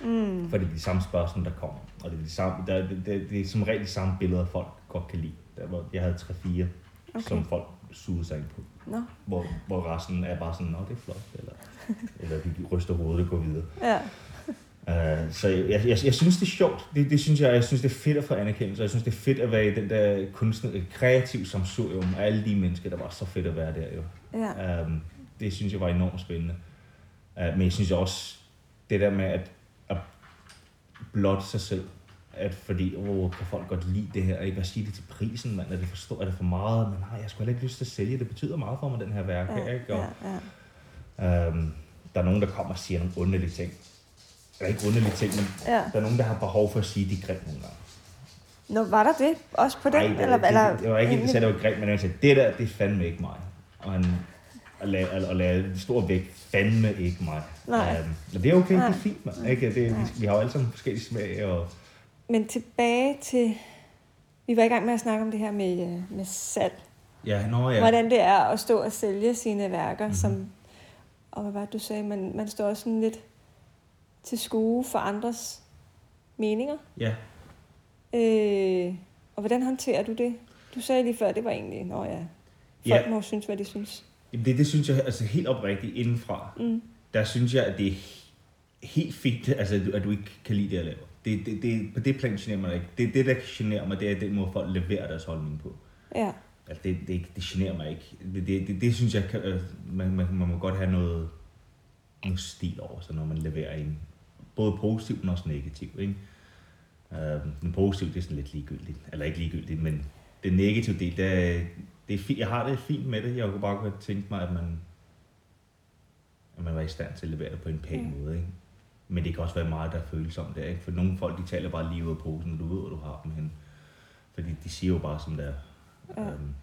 A: mm.
B: For det er de samme spørgsmål, der kommer. Og det er, de samme, der, det, det, det er som regel de samme billeder, folk godt kan lide. Der, hvor jeg havde 3-4, okay.
A: okay,
B: som folk sugede sig ind på.
A: nå,
B: Hvor, hvor resten er bare sådan, nå, det er flot, eller, eller de ryster hovedet og går videre.
A: ja,
B: Uh, så jeg, jeg, jeg, jeg, synes, det er sjovt. Det, det synes jeg, jeg synes, det er fedt at få anerkendelse, og jeg synes, det er fedt at være i den der kunstner, kreativ samsurium af alle de mennesker, der var så fedt at være der jo.
A: ja,
B: Um, det synes jeg var enormt spændende. Uh, men jeg synes også, det der med at, at blotte sig selv, at fordi, åh, kan folk godt lide det her, ikke? Hvad siger det til prisen, mand? Er det for stort? Er det for meget? Men nej, jeg skulle heller ikke lyst til at sælge. Det betyder meget for mig, den her værk,
A: ja,
B: ja, ikke? Og,
A: ja, ja.
B: ja. um, der er nogen, der kommer og siger nogle underlige ting. Eller ikke underlige ting, men
A: ja.
B: der er nogen, der har behov for at sige, de er grimme nogle gange.
A: Nå, var der det? Også på den?
B: Nej, det, eller, det, eller, det, det var ikke helt særlig grimt, men jeg sagde, det der, det er fandme ikke mig. Og han og lagde, og, og lagde stor vægt, fandme ikke mig.
A: Nej.
B: Øhm, og det er okay,
A: Nej.
B: det er fint, man. Ikke? Det,
A: Nej.
B: vi, vi har jo alle sammen forskellige smag, og
A: Men tilbage til... Vi var i gang med at snakke om det her med, øh, med salg.
B: ja, nå,
A: Ja.
B: ja.
A: Hvordan det er at stå og sælge sine værker, mm-hmm.
B: Mhm.
A: som... Og hvad var det, du sagde? Man, man står også sådan lidt til skue for andres meninger.
B: ja.
A: Øh, og hvordan håndterer du det? Du sagde lige før, det var egentlig... Nå ja, folk
B: Ja.
A: ja. må synes, hvad de synes.
B: Jamen, det, det synes jeg altså helt oprigtigt indenfra.
A: Mm.
B: Der synes jeg, at det er helt fint, altså, at du- at du ikke kan lide det, jeg laver. Det, det, det, på det plan generer mig ikke. Det, det, der generer mig, det er den måde, folk leverer deres holdning på.
A: Ja,
B: Altså, det, altså, det, det generer mig ikke. Det, det, det, det synes jeg, kan, øh, man, man, man må godt have noget en stil over sig, når man leverer en både positiv, men også negativ. Ikke? Øh, den positive, det er sådan lidt ligegyldigt. Eller ikke ligegyldigt, men den negative del, det er, det er fint. Jeg har det fint med det. Jeg kunne bare godt tænke mig, at man, at man var i stand til at levere det på en pæn
A: Mm.
B: mm. måde. Ikke? Men det kan også være meget, der er følsomt der. Ikke? For nogle folk, de taler bare lige ud af posen, og du ved, hvor du har dem hen. Fordi de siger jo bare, som det er.
A: Ja.
B: Øhm,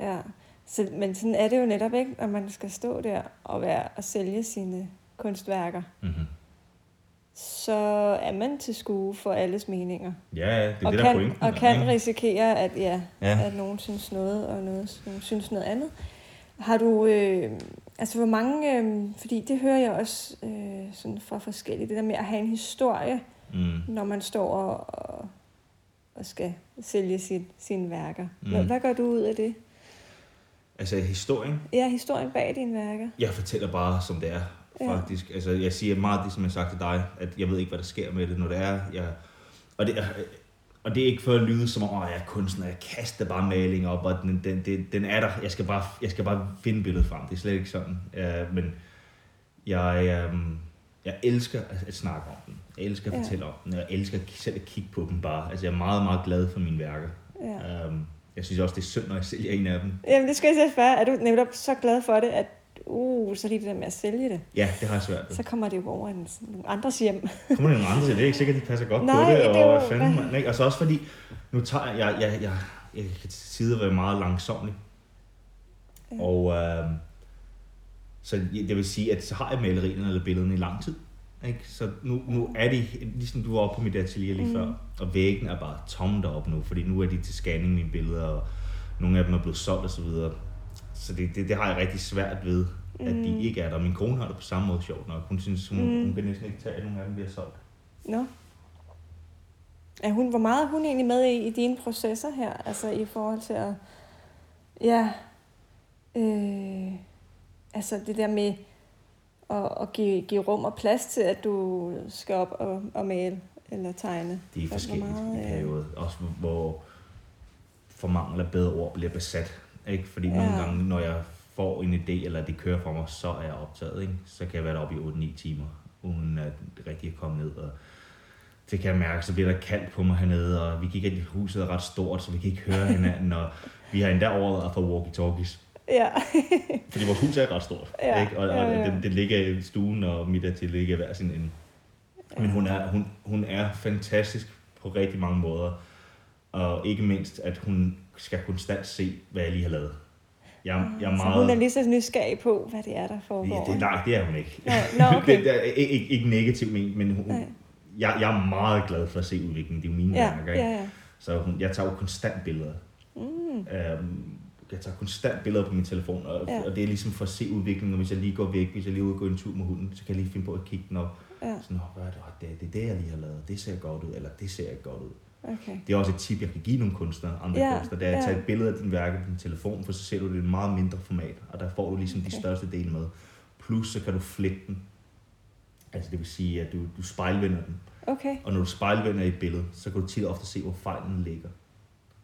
A: Ja, så, men sådan er det jo netop ikke, at man skal stå der og, være, og sælge sine kunstværker.
B: mhm.
A: Så er man til skue for alles meninger.
B: Ja, ja, det er
A: og
B: det, der er
A: kan,
B: pointen.
A: og
B: der,
A: kan
B: ikke?
A: risikere, at, ja, ja.
B: Ja.
A: at nogen synes noget, og noget, nogen synes noget andet. Har du, øh, altså hvor mange, øh, fordi det hører jeg også øh, sådan fra forskellige, det der med at have en historie,
B: Mm.
A: når man står og, og, og skal sælge sin, sine værker. Mm.
B: Mm.
A: Hvad, hvad gør du ud af det?
B: Altså historien,
A: Ja, historien bag dine værker.
B: jeg fortæller bare, som det er,
A: Ja.
B: faktisk. Altså, jeg siger meget af det, som jeg har sagt til dig, at jeg ved ikke, hvad der sker med det, når det er. Jeg, og, det, er- og det er ikke for at lyde som om, at jeg er kunstner, jeg kaster bare maling op, og den, den, den, den er der. Jeg skal, bare, jeg skal bare finde billedet frem, det er slet ikke sådan. Uh, men jeg, um, jeg elsker at, at snakke om den. Jeg elsker at
A: Ja.
B: fortælle om den, og jeg elsker selv at kigge på dem bare. Altså, jeg er meget, meget glad for mine værker.
A: Ja.
B: Ja. Um, jeg synes også, det er synd, når jeg sælger en af dem.
A: Jamen, det skal jeg til at spørge. Er du netop så glad for det, at uh, så lige det der med at sælge det,
B: Ja, det har jeg svært ved.
A: så kommer det jo over en, nogle andres hjem.
B: Kommer det nogle andre til? Det er ikke sikkert, de passer godt
A: Nej,
B: på det.
A: det
B: Og
A: er jo-
B: hvad fanden, man, ikke? Og så også fordi, nu tager jeg, jeg, jeg, jeg, jeg kan til tider være meget langsomlig.
A: Ja.
B: Og øh, så det vil sige, at så har jeg malerierne eller billederne i lang tid. Ikke? Så nu, nu er de, ligesom du var oppe på mit atelier lige
A: Mm.
B: mm. før, og væggene er bare tomme deroppe nu, fordi nu er de til scanning, mine billeder, og nogle af dem er blevet solgt osv. Så, videre. så det, det, det har jeg rigtig svært ved, at
A: Mm.
B: de ikke er der. Min kone har det på samme måde sjovt nok. Hun synes, hun,
A: Mm.
B: mm. hun kan næsten ikke tage, at nogle af dem bliver solgt.
A: Nå. Er hun, hvor meget er hun egentlig med i, i dine processer her? Altså i forhold til at... Ja. Øh, altså det der med at, at give, give rum og plads til, at du skal op og, og male eller tegne.
B: Det er
A: Hvor
B: forskelligt
A: meget,
B: i
A: øh,
B: perioder. Også hvor- hvor for mangel af bedre ord bliver besat. Ikke? Fordi
A: Ja.
B: ja. nogle gange, når jeg får en idé, eller det kører for mig, så er jeg optaget. Ikke? Så kan jeg være deroppe i 8-9 timer, uden at rigtig at komme ned. Og det kan jeg mærke, så bliver der kaldt på mig hernede, og vi gik ind i huset er ret stort, så vi kan ikke høre hinanden. og vi har endda overvejet for walkie-talkies,
A: Ja.
B: fordi vores hus er ret stort.
A: Ja,
B: Ikke? Og, og
A: ja, ja.
B: Det, det, ligger i stuen, og mit atelier ligger i hver sin ende. Men
A: Mm.
B: hun er, hun, hun er fantastisk på rigtig mange måder. Og ikke mindst, at hun skal konstant se, hvad jeg lige har lavet. Jeg, jeg er
A: Mm. Så hun er
B: meget...
A: lige så nysgerrig på, hvad det er, der foregår.
B: Ja, det, nej, det er hun ikke.
A: Nå, nå, okay.
B: det, det er ikke, ikke- ikke negativt men, men hun,
A: Nej.
B: jeg, jeg er meget glad for at se udviklingen. Det er jo mine
A: ja,
B: værker, ikke?
A: ja, ja.
B: Så hun, jeg tager jo konstant billeder.
A: Mm.
B: Øhm, jeg tager konstant billeder på min telefon, og,
A: Ja.
B: ja. og det er ligesom for at se udviklingen. Og hvis jeg lige går væk, hvis jeg lige er ude og går en tur med hunden, så kan jeg lige finde på at kigge den op.
A: Ja,
B: Sådan, "Nå, hvad er det, Åh, det, det er det, jeg lige har lavet. Det ser godt ud, eller det ser ikke godt ud.
A: okay.
B: Det er også et tip, jeg kan give nogle kunstnere, andre
A: Ja,
B: ja, kunstnere, det er at
A: ja.
B: tage et billede af din værke på din telefon, for så ser du det i et meget mindre format, og der får du ligesom okay.
A: Okay.
B: de største dele med. Plus så kan du flette den. Altså det vil sige, at du, du spejlvender den.
A: Okay.
B: Og når du spejlvender et billede, så kan du tit og ofte se, hvor fejlen ligger.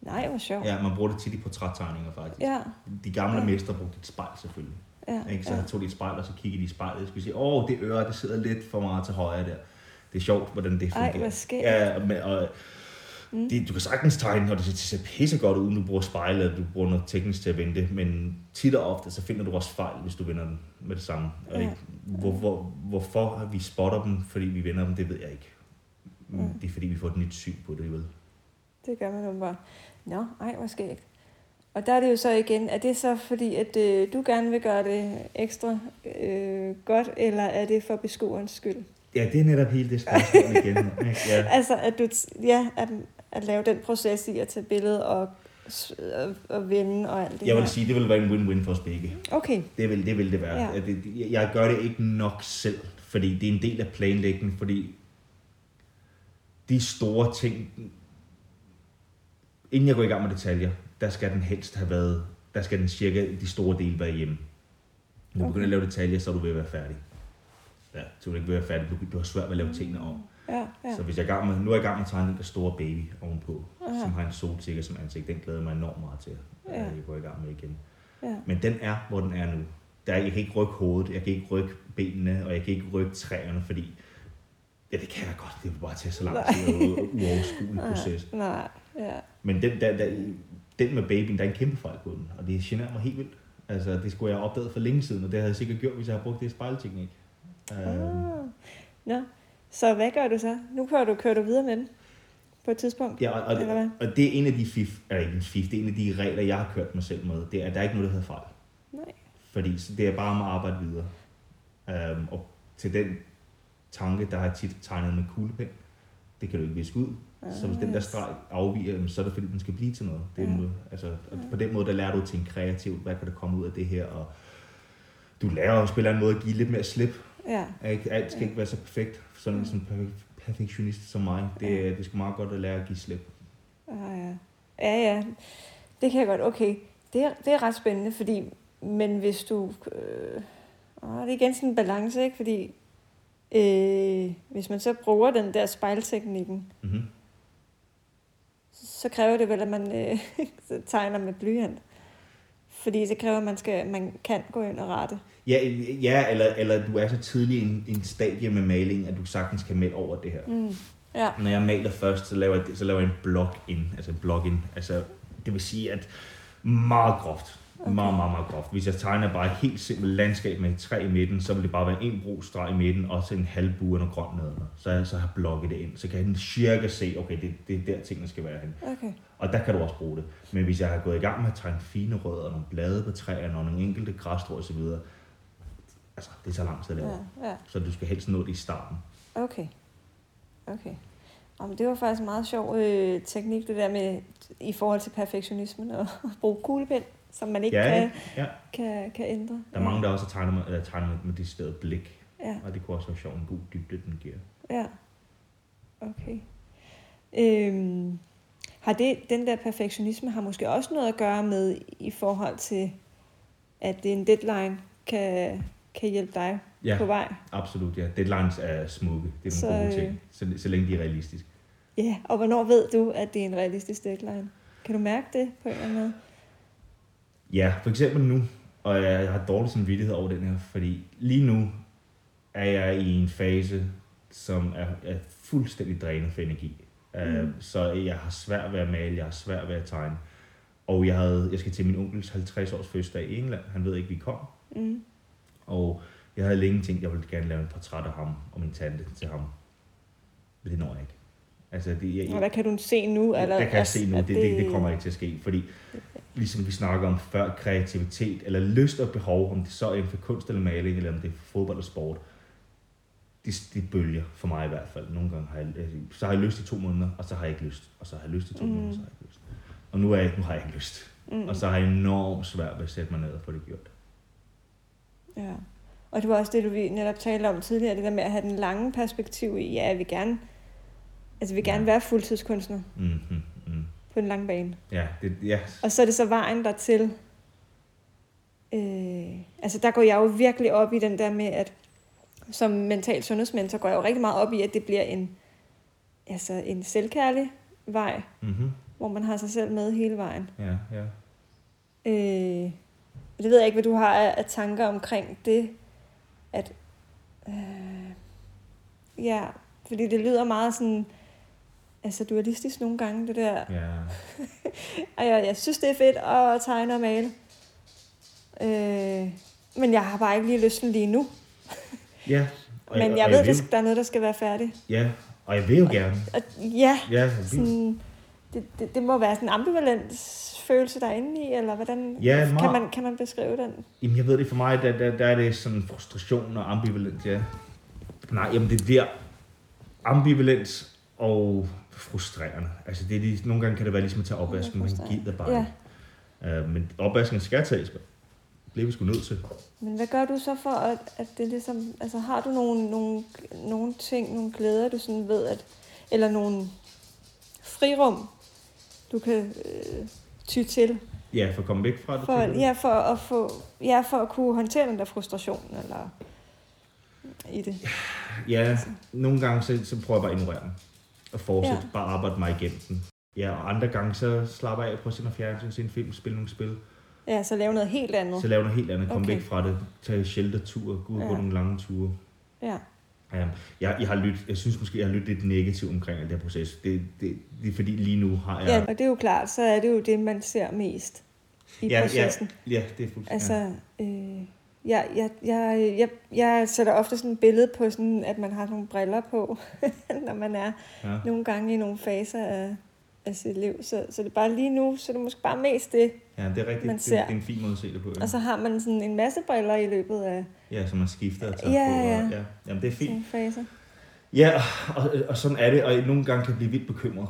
A: Nej, hvor sjovt.
B: Ja, man bruger det tit i portrættegninger faktisk.
A: Ja,
B: De gamle
A: Ja.
B: ja. mestre brugte et spejl selvfølgelig.
A: ja,
B: Ikke? Så
A: ja.
B: jeg tog de et spejl, og så kiggede de i spejlet, og skulle sige, åh, det øre, det sidder lidt for meget til højre der. Det er sjovt, hvordan det
A: Ej,
B: fungerer.
A: hvor skægt.
B: ja, og, med- og
A: Mm.
B: det, du kan sagtens tegne, når det ser- ser pissegodt ud, uden du bruger spejl, eller du bruger noget teknisk til at vente, men tit og ofte, så finder du også fejl, hvis du vender den med det samme. Og
A: Ja.
B: ikke, hvor, hvor, hvorfor vi spotter dem, fordi vi vender dem, det ved jeg ikke. Men
A: Mm.
B: Det er fordi, vi får et nyt syn på det, vel?
A: Det gør man jo bare. Nå, ej, hvor skægt. Og der er det jo så igen, er det så fordi, at øh, du gerne vil gøre det ekstra øh, godt, eller er det for beskuerens skyld?
B: Ja, det er netop hele det spørgsmål igen. ikke? Ja.
A: Altså, at du, t- ja, at, at lave den proces i at tage billede og, s- og, og vende og alt det
B: Jeg
A: her.
B: vil sige, det vil være en win-win for os begge.
A: Okay,
B: Det vil det, vil det være.
A: Ja.
B: Ja. At det, jeg- jeg gør det ikke nok selv, fordi det er en del af planlægningen, fordi de store ting, inden jeg går i gang med detaljer, der skal den helst have været, der skal den cirka de store dele være hjemme. Når du
A: Okay.
B: begynder at lave detaljer, så er du ved at være færdig. Ja, så er du ikke ved at være færdig, du, du har svært ved at lave tingene om.
A: ja, ja.
B: Ja. Så hvis jeg er i gang med, nu er jeg i gang med at tegne den der store baby ovenpå,
A: Aha.
B: Aha. som har en solsikker som ansigt, den glæder jeg mig enormt meget til,
A: Ja.
B: ja. jeg går i gang med igen.
A: ja.
B: Men den er, hvor den er nu. der, jeg kan ikke rykke hovedet, jeg kan ikke rykke benene, og jeg kan ikke rykke træerne, fordi ja, det kan jeg godt, det vil bare tage så lang tid og en uoverskuelig proces.
A: Nej, ja.
B: Men den, der, der, den med babyen, der er en kæmpe fejl på den, og det generer mig helt vildt. Altså, det skulle jeg have opdaget for længe siden, og det havde jeg sikkert gjort, hvis jeg havde brugt det spejlteknik. Øhm,
A: Ah. Nå, så hvad gør du så? Nu kører du, kører du videre med den på et tidspunkt?
B: Ja, og, og,
A: Eller hvad?
B: og det er en af de fif, eller ikke en fif, det er en af de regler, jeg har kørt mig selv med, det er, at der er ikke noget, der hedder fejl.
A: Nej.
B: Fordi så det er bare om at arbejde videre. Øhm, og til den tanke, der har tit tegnet med kuglepen, det kan du ikke viske ud. Så hvis den der streg afviger, jamen, så er det fordi, den skal blive til noget. Det er
A: Ah, Ja.
B: noget altså, og på den måde, der lærer du at tænke kreativt, hvad kan der komme ud af det her, og du lærer også på en eller anden måde at give lidt mere slip.
A: Ah, Ja,
B: Ikke? Alt skal ikke være så perfekt, sådan som perfe- perfektionist som mig. Det,
A: Ja.
B: det er sgu meget godt at lære at give slip.
A: ah, ja. Ja, ja. Det kan jeg godt. Okay, det er, det er ret spændende, fordi... Men hvis du... Øh, åh, det er igen sådan en balance, ikke? Fordi... Øh, hvis man så bruger den der spejlteknikken,
B: Mm-hmm.
A: så kræver det vel, at man øh, så tegner med blyant. Fordi det kræver, at man, skal, man kan gå ind og rette.
B: Ja, ja eller, eller du er så tidlig i en, i en stadie med maling, at du sagtens kan melde over det her.
A: Mm. Ja.
B: Når jeg maler først, så laver jeg, det- så laver jeg en blok ind, altså en blok ind. Altså, det vil sige, at meget groft, okay. meget, meget, meget groft. Hvis jeg tegner bare et helt simpelt landskab med et træ i midten, så vil det bare være en brug streg i midten, og så en halvbue og noget grønt nedenunder. Så jeg så har blokket det ind, så kan jeg cirka se, okay, det, det er der tingene skal være hen.
A: Okay.
B: Og der kan du også bruge det. Men hvis jeg har gået i gang med at tegne fine rødder, og nogle blade på træerne, og nogle enkelte græsstrå osv., altså, det tager lang tid at lave. Ja.
A: Ja, ja.
B: Så du skal helst nå det i starten.
A: Okay. Okay. Jamen, det var faktisk en meget sjov øh, teknik, det der med i forhold til perfektionismen og at bruge kuglepind, som man ikke
B: Ja,
A: kan,
B: ikke? ja.
A: kan, kan ændre.
B: Der er mange, der også tegner med, eller tegner med, med det sted blik.
A: Ja,
B: Og det kunne også være sjovt, en god dybde, den giver.
A: ja. Okay. Øhm, har det, den der perfektionisme har måske også noget at gøre med i forhold til, at det er en deadline kan, kan hjælpe dig
B: Ja,
A: på vej?
B: absolut. Ja. Deadlines er smukke. Det er
A: Så,
B: nogle gode
A: øh,
B: ting, så, så længe de er realistiske.
A: Ja, og hvornår ved du, at det er en realistisk deadline? Kan du mærke det på en eller anden måde?
B: Ja, for eksempel nu, og jeg har dårlig samvittighed over den her, fordi lige nu er jeg i en fase, som er, er fuldstændig drænet for energi. Mm. Så jeg har svært ved at male, jeg har svært ved at tegne. Og jeg, havde, jeg skal til min onkels 50-års fødselsdag i England, han ved ikke, vi kom.
A: Mm.
B: Og jeg havde længe tænkt, at jeg ville gerne lave en portræt af ham og min tante til ham. Men det når jeg ikke. Altså, det, jeg,
A: Og hvad kan du se nu? Eller,
B: der kan jeg se nu,
A: at
B: det, det, det kommer ikke til at ske, fordi ligesom vi snakker om før, kreativitet eller lyst og behov, om det så er inden for kunst eller maling, eller om det er for fodbold og sport, det, det bølger for mig i hvert fald. Nogle gange har jeg, øh, så har jeg lyst i to måneder, og så har jeg ikke lyst, og så har jeg lyst i to
A: Mm.
B: mm. måneder, og så har jeg ikke lyst. Og nu, er jeg, nu har jeg ikke lyst.
A: Mm.
B: Mm. Og så har jeg enormt svært ved at sætte mig ned og få det gjort.
A: Ja. Og det var også det, du vi netop talte om tidligere, det der med at have den lange perspektiv i, ja, vi gerne, altså vi gerne være fuldtidskunstner
B: Mm-hmm, mm.
A: på den lange bane.
B: Ja, det, ja,
A: Og så er det så vejen dertil. Øh, altså der går jeg jo virkelig op i den der med, at som mental sundhedsmentor går jeg jo rigtig meget op i, at det bliver en, altså en selvkærlig vej,
B: mm-hmm,
A: hvor man har sig selv med hele vejen.
B: ja, ja.
A: Øh, og det ved jeg ikke, hvad du har af, af tanker omkring det, at... Øh, ja, fordi det lyder meget sådan... Altså dualistisk nogle gange, det der.
B: ja.
A: Og jeg, jeg synes, det er fedt at tegne og male. Øh, men jeg har bare ikke lige lysten lige nu.
B: ja. og
A: Men jeg
B: og
A: ved,
B: vil-
A: at der er noget, der skal være færdigt.
B: Ja, og jeg vil jo gerne.
A: Og ja,
B: Ja, jeg vil.
A: sådan, det, det, det må være sådan en ambivalent følelse, der er inde i, eller hvordan
B: Ja,
A: kan,
B: meget.
A: man, kan man beskrive den?
B: Jamen, jeg ved det for mig, der, der, der er det sådan frustration og ambivalent, ja. Nej, jamen det bliver ambivalent og frustrerende. Altså, det er lige, nogle gange kan det være ligesom at tage opvasken, man
A: frustrerende.
B: gider bare
A: Ja.
B: ja. ikke. Uh, men opvasken skal tages, men det bliver vi sgu nødt til.
A: Men hvad gør du så for, at, at det ligesom, altså har du nogle, nogle, nogle ting, nogle glæder, du sådan ved, at, eller nogle frirum, du kan øh, ty til,
B: Ja, for at komme væk fra det.
A: for,
B: tænker du?
A: ja, for at få, ja, for at kunne håndtere den der frustration, eller i det. Altså,
B: Ja, nogle gange så, så prøver jeg bare at ignorere dem. Og fortsætte,
A: Ja.
B: ja. bare arbejde mig igennem den. Ja, og andre gange så slapper jeg af på sin fjernsynet, se en film, spille nogle spil.
A: Ja, så lave noget helt andet.
B: Så lave noget helt andet. Kom
A: Okay.
B: væk fra det. Tag shelterture. Gå ud på
A: Ja.
B: nogle lange ture.
A: Ja.
B: Um, jeg, jeg, har lyttet, jeg synes måske, jeg har lyttet lidt negativt omkring alt det her proces. Det, det, det er fordi lige nu har jeg...
A: ja, og det er jo klart, så er det jo det, man ser mest i
B: ja,
A: processen.
B: Ja, ja, det er fuldstændig... ja.
A: Altså, øh, jeg, jeg, jeg, jeg, jeg sætter ofte sådan et billede på, sådan, at man har nogle briller på, når man er
B: Ja.
A: nogle gange i nogle faser af, af sit liv. Så, så det er bare lige nu, så er det måske bare mest det.
B: ja, det er rigtigt.
A: man
B: Det, det er
A: ser. Altså-
B: en fin måde at se det på. Ja,
A: Og så har man sådan en masse briller i løbet af
B: ja så man skifter og tager
A: Ja,
B: på. Og,
A: ja.
B: ja. Jamen, det er fint.
A: nogle faser.
B: Ja, og, og sådan er det. Og nogle gange kan jeg blive vildt bekymret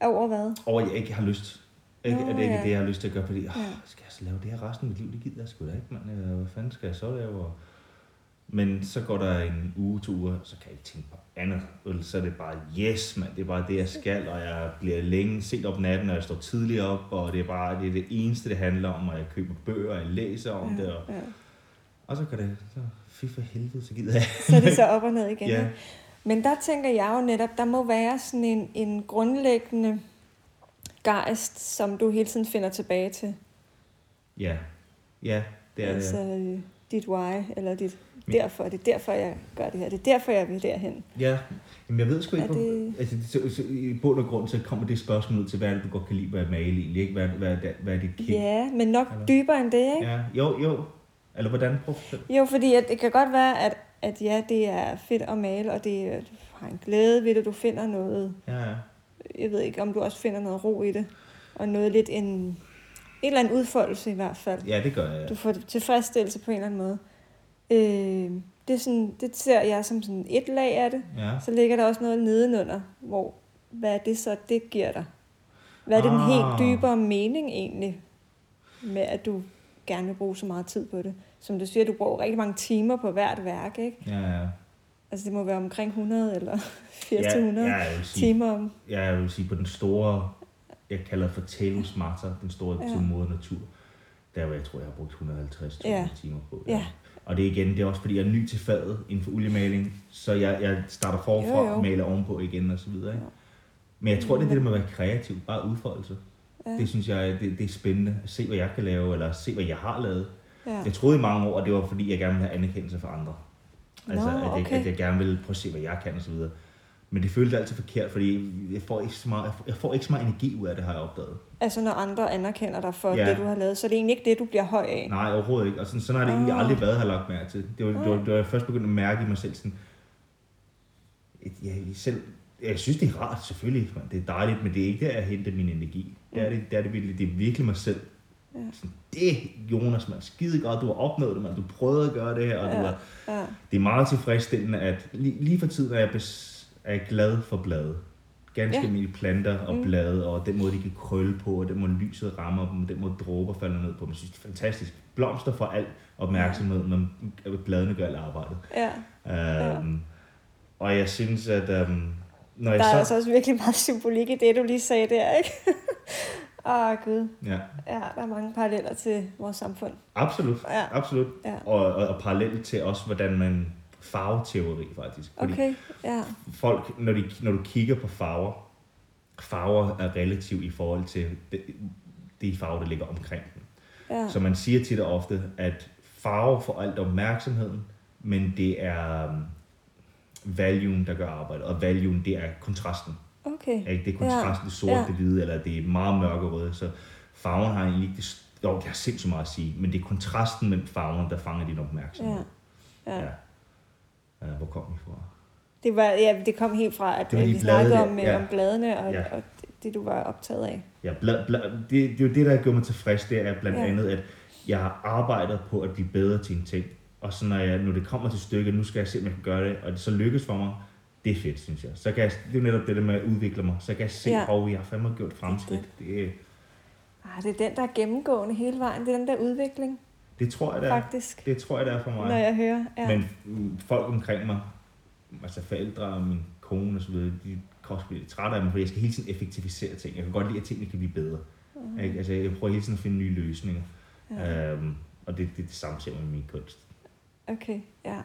A: Over hvad?
B: over, at jeg ikke har lyst. Ikke,
A: Nå,
B: at det ikke er
A: ja.
B: det, jeg har lyst til at gøre, fordi
A: Ja.
B: oh, skal jeg så lave det her resten af mit liv? Det gider jeg sgu da ikke, mand. Øh, Hvad fanden skal jeg så lave? Og- Men så går der en uge, to uger, så kan jeg ikke tænke på andet. Vel, Så er det bare, yes, mand, det er bare det, jeg skal, og jeg bliver længe set op natten, og jeg står tidligt op, og det er bare det, er det eneste, det handler om, og jeg køber bøger, og jeg læser om ja. det, og,
A: ja.
B: og så kan det, så fy for helvede, så gider jeg.
A: Så er det så op og ned igen.
B: Ja.
A: ikke? Men der tænker jeg jo netop, der må være sådan en, en grundlæggende gejst, som du hele tiden finder tilbage til.
B: Ja, ja, det er
A: altså
B: det.
A: øh, dit why, eller dit
B: Men-
A: derfor, det er derfor, jeg gør det her, det er derfor, jeg vil derhen.
B: Ja, Jamen, jeg ved sgu ikke,
A: Er det-
B: det... altså, så, så, i bund og grund, så kommer det spørgsmål ud til, hvad er det, du godt kan lide ved at male egentlig, ikke? Hvad, hvad, hvad, hvad er dit kig?
A: Ja, men nok
B: Eller-
A: dybere end det, ikke?
B: ja. Jo, jo. Eller hvordan brugte du det?
A: Jo, fordi at det kan godt være, at, at ja, det er fedt at male, og det er, du har en glæde ved det, du finder noget,
B: Ja, ja.
A: jeg ved ikke, om du også finder noget ro i det, og noget lidt en, en eller anden udfoldelse i hvert fald.
B: ja, det gør jeg.
A: Du får tilfredsstillelse på en eller anden måde. Øh, det, er sådan, det ser jeg som sådan et lag af det.
B: Ja.
A: Så ligger der også noget nedenunder, hvor hvad er det så, det giver dig? Hvad er det den
B: Ah.
A: helt dybere mening egentlig, med at du gerne vil bruge så meget tid på det? Som du siger, du bruger rigtig mange timer på hvert værk, ikke?
B: Ja, ja.
A: Altså det må være omkring 100 eller 80-100
B: Ja,
A: ja,
B: ja,
A: ja.
B: jeg vil sige,
A: timer om.
B: ja, jeg vil sige på den store, jeg kalder for Talus Martha, den store
A: Ja.
B: ja. moder natur. Der hvor jeg tror, jeg har brugt 150
A: Ja.
B: timer på.
A: Ja.
B: Og det er igen, det er også fordi, jeg er ny til faget inden for oliemaling, så jeg, jeg starter forfra
A: Jo, jo.
B: og maler ovenpå igen og så videre. Ikke?
A: Ja.
B: Men jeg tror, det er det der med at være kreativ, bare udfoldelse.
A: Ja.
B: Ja. Det synes jeg, det, det er spændende at se, hvad jeg kan lave, eller se, hvad jeg har lavet.
A: Ja.
B: Ja. Jeg troede i mange år, at det var fordi, jeg gerne ville have anerkendelse fra andre. Altså,
A: Nå,
B: at, jeg,
A: okay.
B: at jeg gerne ville prøve at se, hvad jeg kan og så videre. Men det føltes altid forkert, fordi jeg får ikke så meget, jeg får- jeg får ikke så meget energi ud af det, har jeg opdaget.
A: Altså når andre anerkender dig for ja.
B: Ja.
A: det, du har lavet, så er det egentlig ikke det, du bliver høj af.
B: Nej, overhovedet ikke. Og sådan, sådan har det egentlig
A: Ah.
B: aldrig været, har jeg lagt mærke til. Det var, det var,
A: Ah.
B: det var jeg først begyndt at mærke i mig selv sådan... et- Ja, jeg selv, jeg synes, det er rart, selvfølgelig. Man. Det er dejligt, men det er ikke der, jeg henter min energi. Der er det, der er det, virkelig, det er virkelig mig selv.
A: Mm. Ja.
B: Sådan, det, Jonas, man, skide godt, du har opnået det, man. du prøvede at gøre det her, og
A: Ja.
B: du har,
A: Ja.
B: det er meget tilfredsstillende, at lige, lige for tiden er jeg, bes, er jeg glad for blade. Ganske
A: Ja.
B: ja. almindelige planter og
A: Mm.
B: mm. blade, og den måde, de kan krølle på, og den måde, lyset rammer dem, og den måde, dråber falder ned på dem. Jeg synes, det er fantastisk. Blomster får al opmærksomhed, når øh, bladene gør alt arbejdet.
A: ja.
B: Ja. Øhm, og jeg synes, at øhm, når jeg
A: Der er
B: så...
A: altså også virkelig meget symbolik i det, du lige sagde der, ikke? Åh, Gud.
B: Ja,
A: Ja, der er mange paralleller til vores samfund.
B: absolut.
A: Ja.
B: Absolut.
A: Ja.
B: Og, og, og parallelt til også, hvordan man farveteori faktisk. Fordi
A: Okay, ja.
B: folk, når, de, når du kigger på farver, farver er relativ i forhold til de, de farver, der ligger omkring dem.
A: ja.
B: Så man siger tit og ofte, at farver får alt opmærksomheden, men det er øhm, valuen, der gør arbejdet, og valuen, det er kontrasten.
A: Okay.
B: Ikke? Det er kontrasten, det sorte,
A: Ja.
B: ja. det hvide, eller det er meget mørke røde, så farven har egentlig ikke det, s- jo, det har sindssygt meget at sige, men det er kontrasten mellem farverne, der fanger din opmærksomhed.
A: Ja. ja.
B: ja. ja. Hvor kom vi fra?
A: Det, var, ja, det kom helt fra, at
B: Det var
A: vi
B: de
A: snakkede
B: blade der,
A: om,
B: ja.
A: ja. om bladene og, ja.
B: Ja.
A: og det- det, du var optaget af.
B: Ja, bla, bla, det, det er jo det, der gjorde mig tilfreds, det er blandt
A: Ja.
B: ja. andet, at jeg har arbejdet på at blive bedre til en ting. Og så når, jeg, når det kommer til stykket, nu skal jeg se, om jeg kan gøre det, og det så lykkes for mig, det er fedt, synes jeg. Så kan jeg, det er jo netop det der med at udvikle mig, så kan jeg se,
A: Ja.
B: hvor jeg har fandme gjort fremskridt. Det,
A: Ah, det er den, der er gennemgående hele vejen. Det er den der udvikling,
B: det tror jeg, der
A: ja.
B: er.
A: faktisk,
B: Det tror jeg, der er for mig.
A: når jeg hører. Ja.
B: Men mm, folk omkring mig, altså forældre og min kone og så videre, de kan også blive lidt trætte af mig, fordi jeg skal hele tiden effektivisere ting. Jeg kan godt lide, at tingene kan blive bedre. Mm. Ikke? Altså, jeg prøver hele tiden at finde nye løsninger.
A: ja.
B: Øhm, og det, det er det samme ting med min kunst.
A: Okay, ja.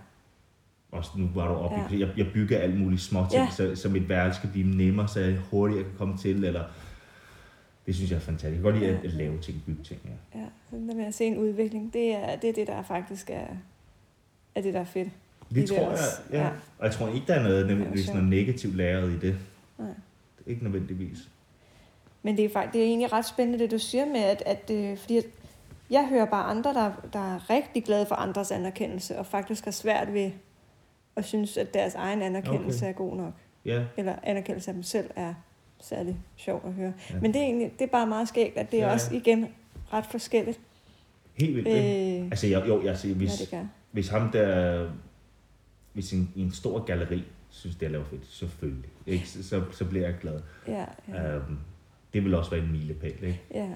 B: Også nu var du oppe
A: Ja.
B: ja. jeg, jeg bygger alt muligt små ting,
A: Ja.
B: ja. så, så mit værelse skal blive nemmere, så jeg hurtigere kan komme til, eller Det synes jeg er fantastisk. Jeg kan godt lide at, at lave ting, bygge ting. Ja.
A: Ja, sådan det med at se en udvikling, det er det, er det der faktisk er, er det, der er fedt.
B: Det,
A: Det er
B: tror jeg,
A: også-
B: ja.
A: ja.
B: Og jeg tror ikke, der er noget, nødvendigvis
A: Det er jo
B: noget negativt læret i det.
A: Nej.
B: Ikke nødvendigvis.
A: Men det er, faktisk, det er egentlig ret spændende, det du siger med, at, at øh, fordi at jeg hører bare andre, der, der er rigtig glade for andres anerkendelse, og faktisk har svært ved at synes, at deres egen anerkendelse
B: Okay.
A: er god nok.
B: Ja,
A: Eller anerkendelse af dem selv er særlig sjov at høre.
B: Ja.
A: Ja. Men det er, egentlig, det er bare meget skægt, at det er
B: Ja,
A: ja.
B: ja.
A: også igen ret forskelligt,
B: helt vildt.
A: øh,
B: Øh, altså, jeg, jo, jeg, siger, hvis,
A: hvad det gør.
B: hvis ham der, hvis en, i en stor galleri synes, det er lavet fedt, selvfølgelig, ikke? Så, så, så bliver jeg glad.
A: Ja, ja,
B: Ja. Øhm, det vil også være en milepæl, ikke?
A: ja.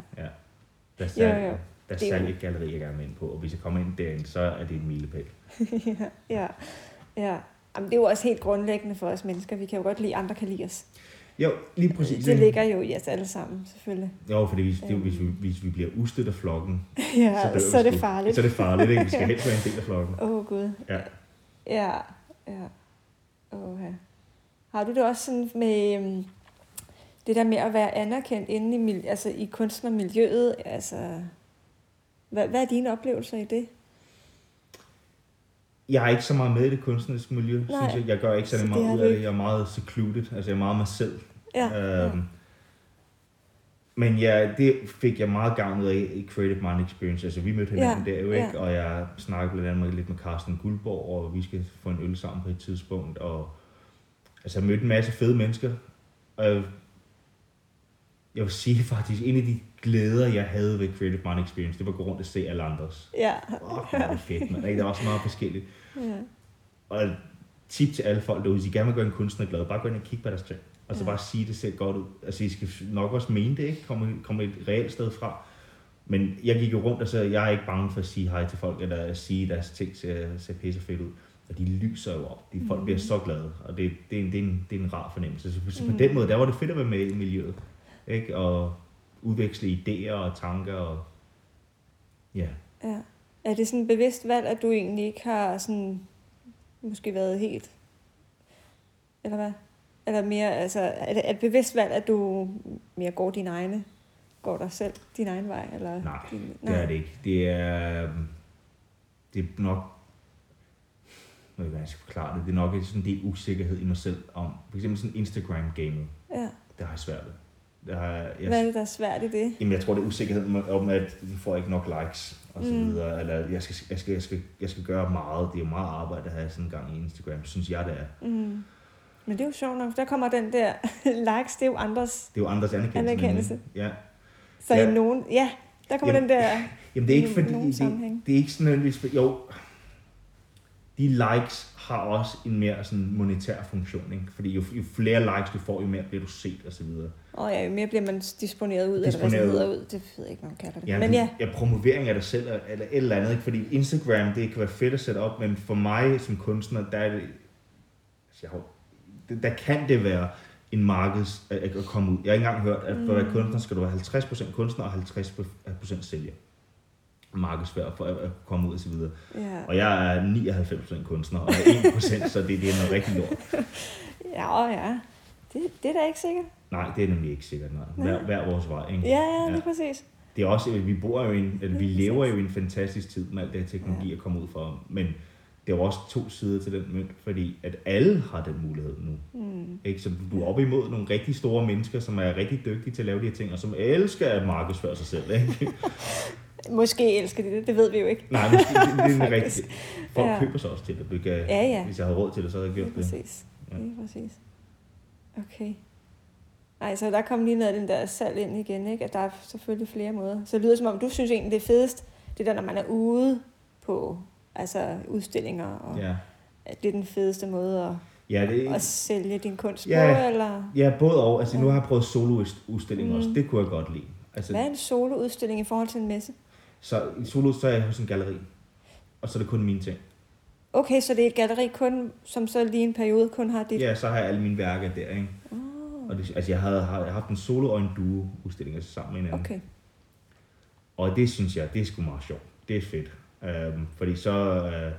B: Der er særlig,
A: jo.
B: jo, jo. Der er
A: Det er jo-
B: særlig et galleri, jeg gerne vil ind på, og hvis jeg kommer ind derinde, så er det en milepæl.
A: ja, ja, ja. Jamen, det er jo også helt grundlæggende for os mennesker. Vi kan jo godt lide, at andre kan lide os.
B: Jo, lige præcis.
A: Det ligger jo i os alle sammen, selvfølgelig.
B: Jo, fordi hvis, det, er jo,
A: Øhm.
B: hvis, vi, hvis vi bliver ustødt af flokken,
A: Ja,
B: dør
A: så er
B: vi
A: det
B: sgu.
A: farligt.
B: Så er det farligt, ikke? Vi skal helst være en del af flokken.
A: Åh, oh, Gud.
B: Ja.
A: Ja, ja. Oh, ja. Har du det også sådan med øhm, det der med at være anerkendt inde i, mil- altså, i kunstnermiljøet? Altså, hvad, hvad er dine oplevelser i det?
B: Jeg er ikke så meget med i det kunstneriske miljø, Nej.
A: Nej.
B: synes jeg. Jeg gør ikke særlig
A: Så det er
B: meget ud
A: du
B: af det.
A: ikke.
B: Jeg er meget secluded, altså jeg er meget mig selv.
A: Ja,
B: Øhm, men ja, det fik jeg meget gavn ud af i Creative Mind Experience. Altså, vi mødte hinanden
A: Ja,
B: der jo,
A: ja.
B: ikke? Og jeg snakkede blandt andet med- lidt med Carsten Guldborg, og vi skal få en øl sammen på et tidspunkt. Og, altså, jeg mødte en masse fede mennesker. Og jeg, jeg vil sige faktisk, en af de glæder, jeg havde ved Creative Mind Experience, det var at gå rundt og se alle andres.
A: ja,
B: Åh, oh, det er fedt, man. Der var så meget forskelligt.
A: ja.
B: Og tip til alle folk derude, hvis I gerne vil gøre en kunstner glad, bare gå ind og kigge på deres ting. Og så
A: Ja.
B: bare sige, det ser godt ud. Altså, I skal nok også mene det, ikke? Komme, komme et reelt sted fra. Men jeg gik jo rundt, og så jeg er ikke bange for at sige hej til folk, eller at sige, at deres ting ser, ser pisse fedt ud. Og de lyser jo op. De, folk
A: Mhm.
B: bliver så glade, og det, det, er, en, det, er, en, det er en rar fornemmelse. Så, så på
A: Mhm.
B: den måde, der var det fedt at være med i miljøet. Ikke? Og udveksle idéer og tanker. Og, ja,
A: ja. Er det sådan et bevidst valg, at du egentlig ikke har sådan, måske været helt, eller hvad? Eller mere, altså, er det er det et bevidst valg, at du mere går din egne, går dig selv din egen vej? Eller
B: Nej,
A: din,
B: Det er det ikke. Det er, øhm, det er nok, jeg ved ikke, hvordan jeg skal forklare det, det er nok sådan en del usikkerhed i mig selv om, for eksempel sådan Instagram-gamet,
A: Ja.
B: det har jeg svært ved. Det har jeg,
A: Hvad er
B: jeg,
A: det, der er svært i det?
B: jamen, jeg tror, det er usikkerheden om- om, at jeg får ikke nok likes og så
A: Mm.
B: videre, eller jeg skal, jeg, skal, jeg, skal, jeg skal gøre meget, det er meget arbejde at have sådan en gang i Instagram, synes jeg, det er.
A: Mm. Men det er jo sjovt nok, der kommer den der likes, det er jo andres.
B: Det er jo andres anerkendelse.
A: Anerkendelse.
B: nemlig. Ja.
A: Så ja.
B: Ja.
A: i nogen, ja, der kommer
B: Jamen,
A: den der,
B: Jamen det er ikke
A: i
B: fordi,
A: nogen
B: det,
A: sammenhæng.
B: det er ikke sådan nødvendigvis, jo, de likes har også en mere sådan monetær funktion, ikke? fordi jo, jo flere likes du får, jo mere bliver du set og så videre.
A: Åh ja, jo mere bliver man disponeret ud, disponeret. eller
B: Disponeret
A: hvad det
B: ud.
A: hedder ud. Det ved jeg ikke, hvad man kalder det.
B: Ja,
A: men ja,
B: ja, promovering af dig selv eller eller et eller andet, ikke? fordi Instagram, det kan være fedt at sætte op, men for mig som kunstner, der er det, altså, jeg har, det- der kan det være en markeds at, at komme ud. Jeg har ikke engang hørt, at for
A: Mm.
B: at være kunstner skal du være 50% kunstner og 50% sælger. Markedsfør for at, at komme ud og så videre.
A: ja.
B: Og jeg er 99% kunstner, og jeg er 1%, så det, det er noget rigtig lort.
A: Ja, åh ja. Det, det er da ikke sikkert.
B: Nej, det er nemlig ikke sikkert. Nej. Hver, hver vores vej. Ikke?
A: Ja, ja, lige præcis.
B: Det er også, at vi bor jo i en, at vi lever jo i en fantastisk tid med al det her teknologi at komme ud for. Men det er jo også to sider til den mønt, fordi at alle har den mulighed nu.
A: Mm.
B: Ikke? Så du er oppe imod nogle rigtig store mennesker, som er rigtig dygtige til at lave de her ting, og som elsker at markedsføre sig selv. Ikke?
A: Måske elsker de det, det ved vi jo ikke.
B: Nej, måske, det, det er en rigtig...
A: Faktisk.
B: Folk
A: Ja.
B: køber sig også til det. Du kan,
A: Ja, ja.
B: Hvis jeg havde råd til det, så havde jeg
A: Lige
B: gjort det.
A: præcis.
B: Ja.
A: Lige præcis. Okay. Ej, så der kom lige noget af den der salg ind igen, ikke? At der er selvfølgelig flere måder. Så det lyder som om, du synes egentlig, det er fedest, det der, når man er ude på altså udstillinger, og ja.
B: Ja.
A: at det er den fedeste måde at,
B: Ja, det,
A: at sælge din kunst
B: Ja.
A: på, eller...
B: Ja, både og. Altså, nu
A: Ja.
B: har jeg prøvet soloudstillinger mm. også.
A: Mm.
B: Det kunne jeg godt lide. Altså,
A: Hvad er en soloudstilling i forhold til en messe?
B: så i solo, så er jeg hos en galleri. Og så er det kun mine ting.
A: Okay, så det er et galeri kun, som så lige en periode kun har dit...
B: Ja, så har jeg alle mine værker der, ikke?
A: Oh,
B: Og det, altså, jeg havde, har, jeg har haft en solo og en duo udstilling altså, sammen med hinanden.
A: okay.
B: Og det synes jeg, det er sgu meget sjovt. Det er fedt. Øhm, fordi så... Øh,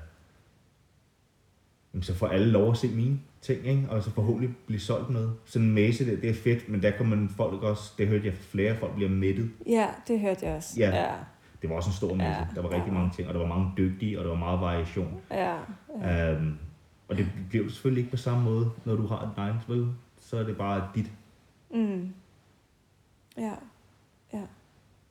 B: jamen, så får alle lov at se mine ting, ikke? og så forhåbentlig blive solgt noget. Sådan en messe, det, det er fedt, men der kommer man folk også, det hørte jeg fra flere, folk bliver mættet.
A: Ja, det hørte jeg også.
B: Ja.
A: ja,
B: Det var også en stor messe,
A: Ja,
B: der var rigtig
A: ja.
B: mange ting, og der var mange dygtige, og der var meget variation.
A: ja.
B: Ja. Øhm, og det bliver jo selvfølgelig ikke på samme måde, når du har et egen, vel? Så er det bare dit.
A: Mm. Ja, ja.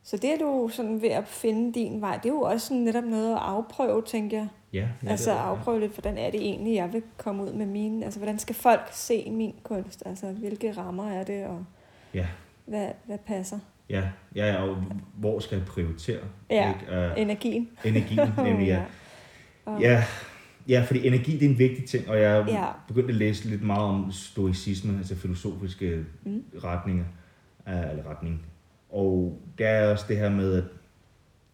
A: Så det er du sådan ved at finde din vej. Det er jo også sådan netop noget at afprøve, tænker jeg.
B: Ja, ja,
A: Ja, altså
B: det er det, ja.
A: afprøve lidt, hvordan er det egentlig, jeg vil komme ud med mine... Altså, hvordan skal folk se min kunst? Altså, hvilke rammer er det, og
B: Ja.
A: hvad, hvad passer?
B: Ja, ja, ja, og hvor skal jeg prioritere
A: Ja.
B: ikke? Øh,
A: Energien.
B: energien? Nemlig, ja. Ja, ja, fordi energi det er en vigtig ting, og jeg
A: Ja.
B: ja. begyndte at læse lidt meget om stoicisme, altså filosofiske
A: Mm.
B: mm. retninger, øh, eller retning. Og der er også det her med, at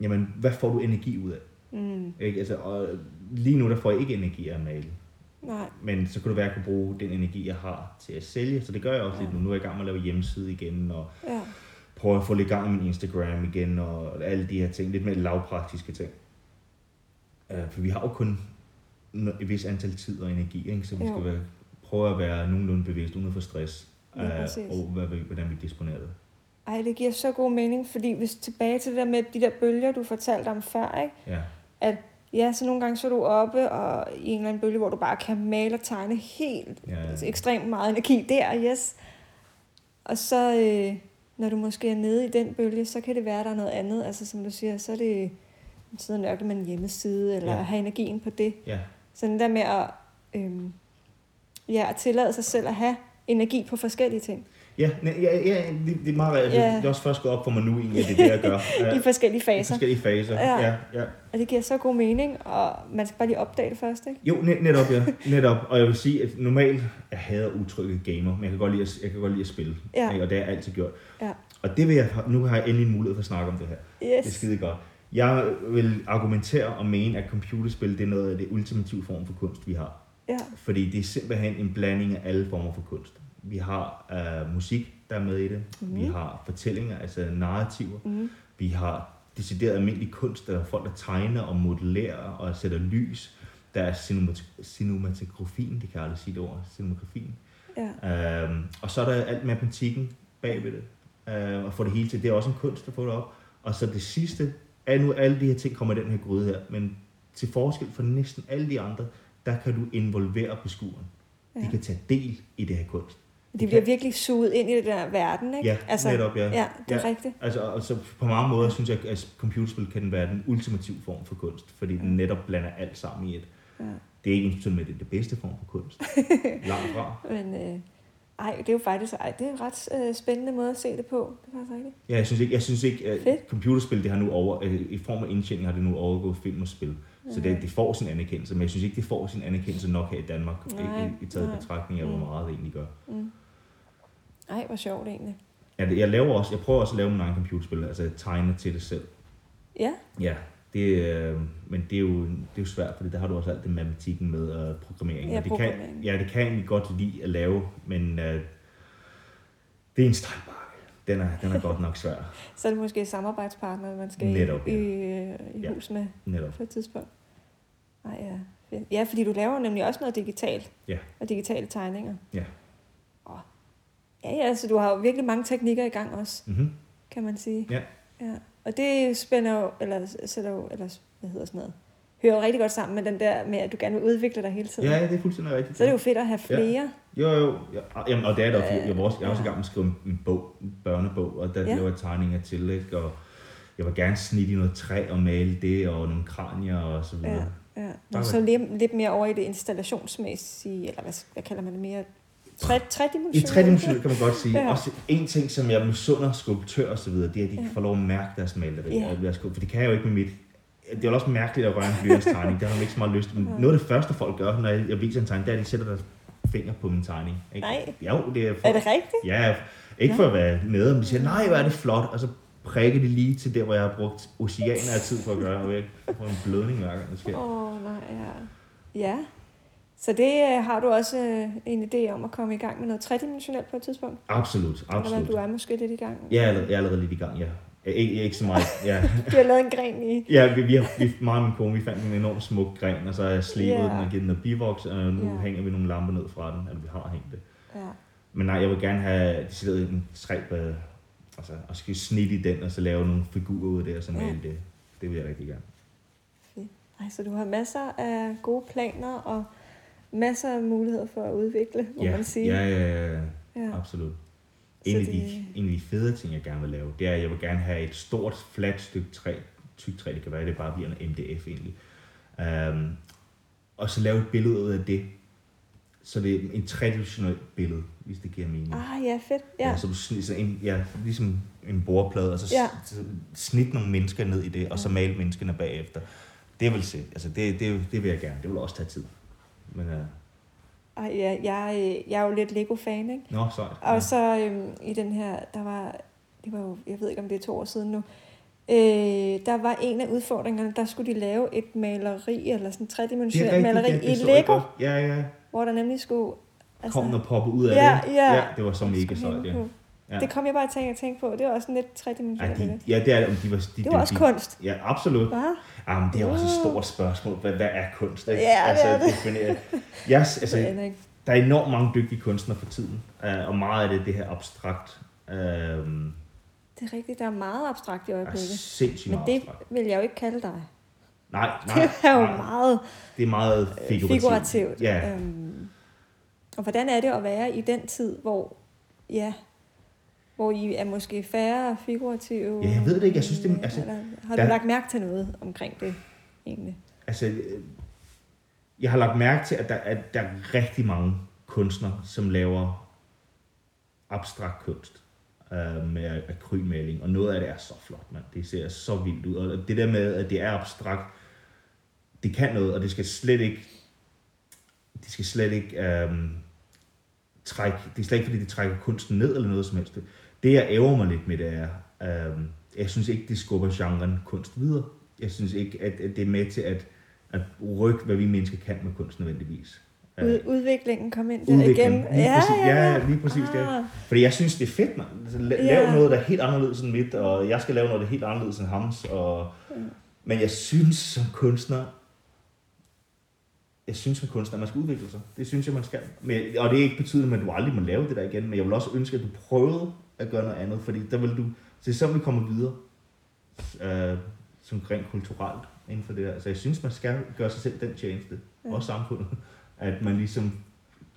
B: jamen, hvad får du energi ud af?
A: Mm.
B: Ikke? Altså, og lige nu der får jeg ikke energi af at male,
A: Nej.
B: men så kunne det være, at jeg kunne bruge den energi, jeg har til at sælge, så det gør jeg også lidt nu. Nu er jeg i gang med at lave hjemmeside igen, og
A: Ja.
B: prøver at få lidt gang i min Instagram igen, og alle de her ting, lidt mere lavpraktiske ting. Øh, for vi har jo kun no- et vis antal tid og energi, ikke? så vi
A: Jo.
B: skal være, prøve at være nogenlunde bevidst, uden at få stress, øh,
A: Ja, præcis.
B: og hvad, vi- hvordan vi disponerer det.
A: Ej, det giver så god mening, fordi hvis tilbage til det der med de der bølger, du fortalte om før, ikke?
B: Ja,
A: Ja, så nogle gange så er du oppe og i en eller anden bølge, hvor du bare kan male og tegne helt
B: ja,
A: altså, ekstremt meget energi der, yes. Og så, øh, når du måske er nede i den bølge, så kan det være, at der er noget andet. Altså, som du siger, så er det sidder og nørkle med en hjemmeside, eller ja.
B: Ja.
A: have energien på det.
B: ja,
A: Så den der med at, øh, ja, at tillade sig selv at have energi på forskellige ting.
B: ja, ne- ja, ja det, det er meget rart.
A: Ja.
B: Ja. Det er også først gået op for mig nu, egentlig, at det er det, jeg gør.
A: Ja. I forskellige
B: I
A: faser.
B: forskellige faser.
A: Ja.
B: Ja. Ja, ja.
A: Og det giver så god mening, og man skal bare lige opdage det først, ikke?
B: Jo, net, netop, ja. netop. Og jeg vil sige, at normalt, jeg hader udtrykket gamer, men jeg kan godt lide at, jeg kan godt lide at spille.
A: Ja.
B: Ikke? Og det har jeg altid gjort.
A: Ja.
B: Og det vil jeg, nu har jeg endelig en mulighed for at snakke om det her. Det er
A: Yes.
B: skide godt. Jeg vil argumentere og mene, at computerspil det er noget af det ultimative form for kunst, vi har.
A: Ja,
B: Fordi det er simpelthen en blanding af alle former for kunst. Vi har øh, musik, der er med i det.
A: Mhm.
B: Mm. Vi har fortællinger, altså narrativer.
A: mm.
B: Vi har decideret almindelig kunst, der er folk, der tegner og modellerer og sætter lys. Der er cinemat- cinematografien, det kan jeg aldrig sige det ord, cinematografien.
A: ja,
B: Øhm, og så er der alt matematikken bagved det, øhm, og få det hele til. Det er også en kunst at få det op. Og så det sidste, er nu alle de her ting kommer i den her gryde her, men til forskel fra næsten alle de andre, der kan du involvere beskueren. Ja.
A: Ja.
B: De kan tage del i det her kunst.
A: De bliver virkelig suget ind i den der verden, ikke?
B: Ja, altså, netop, ja.
A: Ja, det er ja. rigtigt.
B: Altså, og så på mange måder synes jeg, at computerspil kan være den ultimative form for kunst, fordi den netop blander alt sammen i et.
A: Ja.
B: Det er ikke ens med, at det er det bedste form for kunst. Langt fra.
A: Men øh, ej, det er jo faktisk ej, det er en ret øh, spændende måde at se det på. Det er faktisk rigtigt.
B: Ja, jeg synes ikke, jeg synes ikke at
A: Fedt.
B: computerspil det har nu over, øh, i form af indtjening har det nu overgået film og spil. Så
A: Øh,
B: det, det får sin anerkendelse, men jeg synes ikke, det får sin anerkendelse nok her i Danmark,
A: Nej,
B: nej, i, i taget
A: nej.
B: nej. betragtning af, hvor
A: Mm.
B: meget det egentlig gør.
A: Mm. Ej, hvor sjovt egentlig.
B: Jeg, jeg, laver også, jeg prøver også at lave mine egne computerspil, altså jeg tegner til det selv.
A: Ja,
B: Ja, det, øh, men det er, jo, det er jo svært, fordi der har du også alt det matematikken med og programmering.
A: Ja,
B: og det kan,
A: programmering.
B: ja, det kan jeg egentlig godt lide at lave, men øh, det er en stejlbakke. Den er, den er godt nok svær,
A: så er det måske samarbejdspartner, man skal
B: Netop,
A: i, øh,
B: ja.
A: i, i
B: Ja.
A: hus med
B: netop.
A: på et tidspunkt. Ej, ja. fedt. Ja, fordi du laver nemlig også noget digitalt.
B: Ja.
A: Og digitale tegninger.
B: Ja.
A: Åh. Ja, ja, så du har jo virkelig mange teknikker i gang også.
B: Mm-hmm.
A: kan man sige.
B: Ja.
A: ja. Og det spænder jo, eller sætter jo, eller hvad hedder sådan noget, hører jo rigtig godt sammen med den der med, at du gerne vil udvikle dig hele tiden.
B: Ja, ja, det er fuldstændig rigtigt.
A: Så er det jo fedt at have flere.
B: Jo, jo. Ja, Jamen, og det er det også. fordi Jeg var også, jeg var også
A: Ja.
B: i gang med at skrive en- en bog, en børnebog, og der
A: Ja.
B: ja. laver jeg tegninger til, ikke? Og jeg vil gerne snit i noget træ og male det, og nogle kranier og så videre.
A: Ja. ja.
B: Ja.
A: Nå,
B: Bare
A: så lidt, lidt mere over i det installationsmæssige, eller hvad, hvad kalder man det mere? Tre,
B: I
A: tredimensionelt?
B: tredimensionel kan man godt sige.
A: Ja.
B: Ja. Også en ting, som jeg misunder skulptører og så videre, det er, at de
A: Ja.
B: ja. får lov at mærke deres maleri.
A: Ja.
B: Ja. Deres, skulp- for det kan jeg jo ikke med mit. Det er jo også mærkeligt at røre en blyantstegning. Det har man ikke så meget lyst til. Men
A: Nej.
B: noget af det første, folk gør, når jeg jeg viser en tegning, det er, at de sætter deres finger på min tegning. Ikke?
A: Nej.
B: Jo, det er, for,
A: Er det rigtigt?
B: Ja, ikke
A: Nå.
B: for at være nede, men de siger, nej, hvor er det flot, og så prikker de lige til der, hvor jeg har brugt oceaner af tid for at gøre, og jeg får en blødning hver gang, det
A: Åh,
B: sker.
A: oh, nej, ja. Ja. Så det øh, har du også øh, en idé om at komme i gang med noget tredimensionelt på et tidspunkt?
B: Absolut,
A: Eller hvad,
B: absolut.
A: du er måske lidt i gang?
B: Jeg er, allerede, jeg er allerede lidt i gang, ja. Øh, Ikke, ikke så meget. Ja,
A: Du har lavet en gren i.
B: ja vi, vi, har, vi, mig og min kone, vi fandt en enorm smuk gren, og så har jeg slebet
A: Ja.
B: yeah. den og givet den noget bivoks, og nu
A: Ja.
B: yeah. hænger vi nogle lamper ned fra den, eller vi har hængt det.
A: Ja.
B: Men nej, jeg vil gerne have decideret en træ, øh, altså, og skal snit i den, og så lave nogle figurer ud af det, og så
A: Ja.
B: male det. Det vil jeg rigtig gerne.
A: Ej, så du har masser af gode planer og masser af muligheder for at udvikle, må
B: ja,
A: man sige.
B: Ja, ja, ja,
A: ja.
B: ja, absolut.
A: Så
B: En af, de,
A: det-
B: en af de fede ting, jeg gerne vil lave, det er, at jeg vil gerne have et stort, fladt stykke træ, tykt træ, det kan være, det bare bliver en MDF egentlig. Um, og så lave et billede ud af det, så det er en tredimensionelt billede, hvis det giver mening.
A: Ah, ja, fedt. Ja.
B: Ja. Så du snit, så en, ja, ligesom en bordplade, og så
A: Ja. Mm.
B: ja. snit nogle mennesker ned i det, og så
A: Ja.
B: male menneskene bagefter. Det vil se. Altså, det, det, det vil jeg gerne. Det vil også tage tid. Men, uh,
A: Ej, ja, jeg, øh, jeg er jo lidt Lego-fan, ikke?
B: nå, sejt.
A: Og så øhm, i den her, der var, det var jo, jeg ved ikke om det er to år siden nu, øh, der var en af udfordringerne, der skulle de lave et maleri, eller sådan et tredimensionelt maleri
B: ja, det
A: i
B: så jeg
A: Lego,
B: godt. Ja, ja.
A: hvor der nemlig skulle...
B: Kom noget poppe ud af
A: Altså- Ja,
B: det.
A: ja.
B: Det var så mega
A: skulle
B: sejt,
A: hænge
B: ja.
A: på.
B: Ja.
A: Det kom jeg bare til at tænke på. Det var også sådan lidt tredimensionelt.
B: Ja,
A: billede.
B: de, ja, det Altså, er om de var... De,
A: Det var også kunst.
B: Ja, absolut.
A: Hva?
B: Jamen, det er også et
A: Uh.
B: stort spørgsmål. Hvad, hvad er kunst? Ikke?
A: Ja, det
B: altså,
A: er det.
B: Definere. Jeg, altså,
A: Jeg aner ikke.
B: der er enormt mange dygtige kunstnere for tiden, øh, og meget af det det her abstrakt. Øh, er
A: Det er rigtigt, der er meget abstrakt i øjeblikket.
B: sindssygt
A: Men
B: meget
A: det
B: abstrakt.
A: vil jeg jo ikke kalde dig.
B: Nej, nej,
A: Det er jo
B: nej,
A: meget
B: det er meget figurativt.
A: figurativt.
B: Ja,
A: Øhm, og hvordan er det at være i den tid, hvor, ja, hvor I er måske færre figurative?
B: Ja, jeg ved det ikke. Jeg synes, det- altså,
A: eller, har du
B: der-
A: lagt mærke til noget omkring det, egentlig?
B: altså, øh, jeg har lagt mærke til, at der, at der er rigtig mange kunstnere, som laver abstrakt kunst øh, med akrylmaling, og noget af det er så flot, mand. Det ser så vildt ud, og det der med, at det er abstrakt, det kan noget, og det skal slet ikke, det skal slet ikke øhm, trække, det er slet ikke, fordi det trækker kunsten ned eller noget som helst. Det, jeg æver mig lidt med, det er, øhm, jeg synes ikke, det skubber genren kunst videre. Jeg synes ikke, at, at det er med til at, at rykke, hvad vi mennesker kan med kunst nødvendigvis. Øh,
A: Ud, udviklingen kom ind der
B: Udviklingen,
A: igen.
B: lige præcis. Ja, lige præcis, ja.
A: Ah,
B: Fordi jeg synes, det er fedt, man. Altså, la-
A: Ja.
B: lav yeah. noget, der er helt anderledes end mit, og jeg skal lave noget, der er helt anderledes end hans. Og... Men jeg synes som kunstner, jeg synes som kunstner, at man skal udvikle sig. Det synes jeg, man skal. Men, og det er ikke betydende, at du aldrig må lave det der igen, men jeg vil også ønske, at du prøvede at gøre noget andet, fordi der vil du, det er sådan, vi kommer videre, øh, som rent kulturelt inden for det der. Så jeg synes, man skal gøre sig selv den tjeneste,
A: Ja.
B: ja. også samfundet, at man ligesom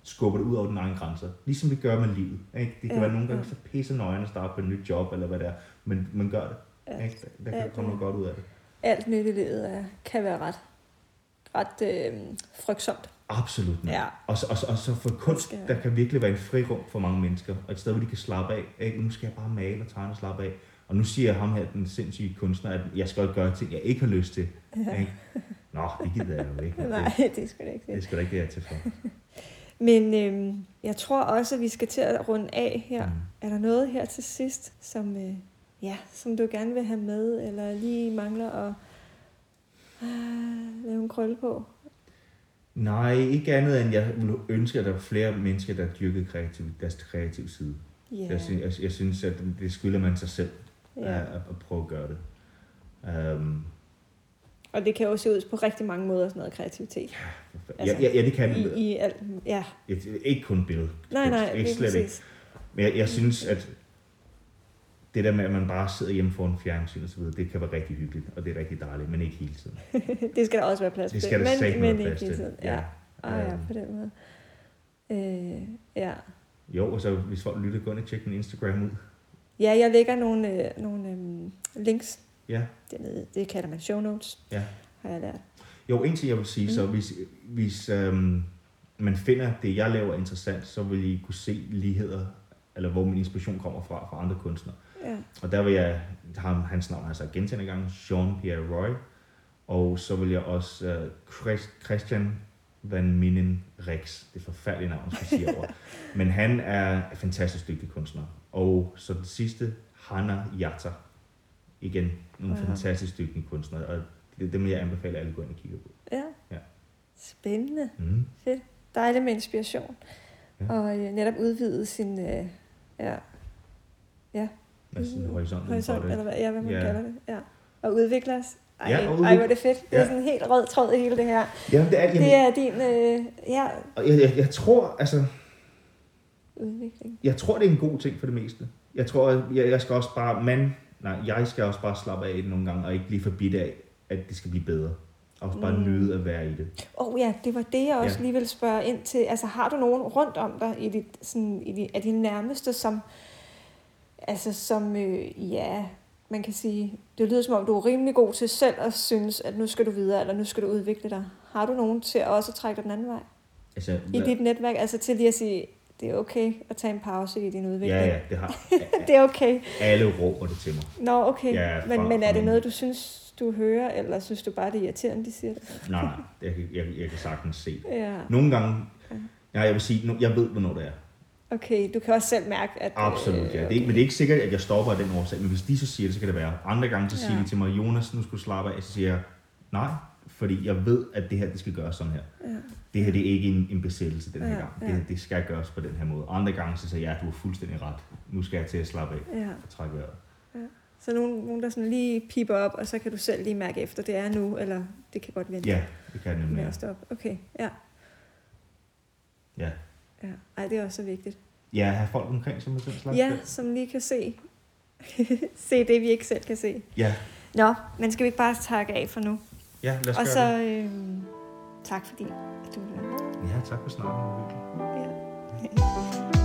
B: skubber det ud over den egen grænser. Ligesom vi gør med livet. Ikke? Det kan
A: Ja,
B: ja, være nogle gange
A: ja.
B: så pisse nøjende at starte på et nyt job, eller hvad det er. Men man gør det.
A: Ja.
B: Ikke? Der,
A: Ja,
B: der kan
A: det
B: komme
A: er-
B: noget godt ud af det.
A: alt nyt i livet er, kan være ret, ret øh, frygtsomt.
B: Absolut. mand.
A: Ja.
B: Og, så, og, så, og så for kunst,
A: skal-
B: der kan virkelig være en frirum for mange mennesker. Og et sted, hvor de kan slappe af. Ikke? Nu skal jeg bare male og tegne og slappe af. Og nu siger ham her, den sindssyge kunstner, at jeg skal godt gøre ting, jeg ikke har lyst til.
A: Ja.
B: Ikke? Nå, det gider jeg jo ikke.
A: Nej,
B: Det,
A: det er sgu da ikke det.
B: det skal da ikke det, jeg er til for.
A: Men øhm, jeg tror også, at vi skal til at runde af her.
B: Mm.
A: Er der noget her til sidst, som, øh, ja, som du gerne vil have med, eller lige mangler at øh, lave en krølle på?
B: Nej, ikke andet end, jeg ville ønske, at der var flere mennesker, der dyrkede kreativ, deres kreative side.
A: Ja,
B: Jeg, synes, jeg, jeg synes, at det skylder man sig selv ja.
A: ja.
B: at, at prøve at gøre det. Um,
A: Og det kan jo se ud på rigtig mange måder, sådan noget kreativitet.
B: altså,
A: Altså,
B: ja, ja, ja, det kan
A: I,
B: I,
A: i alt, ja.
B: ikke kun billede.
A: Nej, nej,
B: ikke
A: lige
B: slet ikke.
A: præcis.
B: Men jeg, jeg synes, at det der med, at man bare sidder hjemme foran fjernsyn og så videre, det kan være rigtig hyggeligt, og det er rigtig dejligt, men ikke hele tiden.
A: det skal der også være plads
B: Det
A: til.
B: skal der
A: Altså, men,
B: sagt
A: men
B: noget
A: ikke
B: plads
A: hele
B: til.
A: tiden. Ja. Ja. Ah, ja,
B: Øhm,
A: på den måde. Øh, ja.
B: Jo, og så hvis folk lytter, gå ind og tjek min Instagram ud.
A: ja, jeg lægger nogle, øh, nogle øh, links
B: Ja.
A: dernede. Det kalder man show notes,
B: Ja.
A: har jeg lært.
B: Jo, en ting jeg vil sige, mm. så
A: Mm.
B: hvis, hvis øhm, man finder det, jeg laver interessant, så vil I kunne se ligheder, eller hvor min inspiration kommer fra, fra andre kunstnere.
A: Ja.
B: Og der vil jeg, ham, hans navn har jeg sagt gentagende gange, Sean Pierre Roy, og så vil jeg også øh, Chris, Christian Van Minen Rex, det er et forfærdeligt navn, skal jeg sige over. Men han er en fantastisk dygtig kunstner. Og så den sidste, Hanna Yatta. Igen, nogle
A: Ja.
B: fantastisk dygtige kunstnere, og det er dem, jeg anbefaler alle at gå ind og kigge på.
A: Ja.
B: Ja.
A: Spændende.
B: Mm.
A: Fedt. Dejligt med inspiration. Ja.
B: Ja.
A: Og øh, netop udvide sin... Øh, ja.
B: Hvad altså, sådan en horisont udenfor
A: Horisont, eller
B: det.
A: hvad, ja, hvad man
B: Ja.
A: kalder det. Ja. Og udvikle os. Ej,
B: Ja, og
A: ja, ej,
B: udvikle-
A: hvor er det fedt. Det er
B: Ja.
A: sådan en helt rød tråd i hele det her.
B: Jamen, det er, jamen,
A: Det er din øh, ja,
B: og jeg, jeg, jeg, tror, altså,
A: udvikling.
B: jeg tror, det er en god ting for det meste. Jeg tror, at jeg, jeg skal også bare, man, nej, jeg skal også bare slappe af nogle gange, og ikke blive forbidt af, at det skal blive bedre. Og også bare
A: Mm.
B: mm. nyde at være i det.
A: Åh oh, ja, det var det, jeg også
B: Ja.
A: lige ville spørge ind til. Altså har du nogen rundt om dig i dit, sådan, i dit, af dine nærmeste, som, altså, som øh, ja, man kan sige, det lyder som om, du er rimelig god til selv at synes, at nu skal du videre, eller nu skal du udvikle dig. Har du nogen til at også trække dig den anden vej?
B: Altså,
A: I
B: hvad-
A: dit netværk, altså til lige at sige, det er okay at tage en pause i din udvikling.
B: ja, ja, det har
A: Det er okay.
B: alle råber det til mig.
A: Nå, okay.
B: Ja, for-
A: men, men er
B: for
A: det
B: min-
A: noget, du synes, du hører, eller synes du bare, det er irriterende, de siger det?
B: Nej, nej, jeg, kan- jeg, jeg kan sagtens se det.
A: Ja,
B: Nogle gange,
A: Ja.
B: ja, jeg vil sige, nu- jeg ved, hvornår det er.
A: okay. Du kan også selv mærke, at... øh,
B: Absolut, ja. Det er ikke, men
A: okay.
B: det er ikke sikkert, at jeg stopper af den årsag, men hvis de så siger det, så kan det være. Andre gange, så siger
A: Ja.
B: de til mig, Jonas, nu skulle du slappe af, så siger jeg, nej, fordi jeg ved, at det her, det skal gøres sådan her.
A: Ja.
B: Det her, det er ikke en, en besættelse den her
A: Ja,
B: gang.
A: ja.
B: Det, her, det skal gøres på den her måde. Andre gange, så siger jeg, ja, du er fuldstændig ret. Nu skal jeg til at slappe af
A: Ja,
B: og trække vejret.
A: så nogen, nogen der sådan lige piper op, og så kan du selv lige mærke efter, det er nu, eller det kan godt vente
B: Ja, det kan jeg nemlig.
A: med
B: Ja.
A: at stoppe. Okay, ja.
B: Ja.
A: ja. Ej, det er også så vigtigt.
B: ja, have folk omkring som er den slags.
A: Ja,
B: der.
A: som lige kan se. se det, vi ikke selv kan se.
B: ja,
A: Nå, men skal vi ikke bare takke af for nu?
B: ja lad os
A: Og
B: gøre
A: så øh, tak fordi at du var med.
B: det. Ja, tak for snakken. Ulrik.
A: Ja.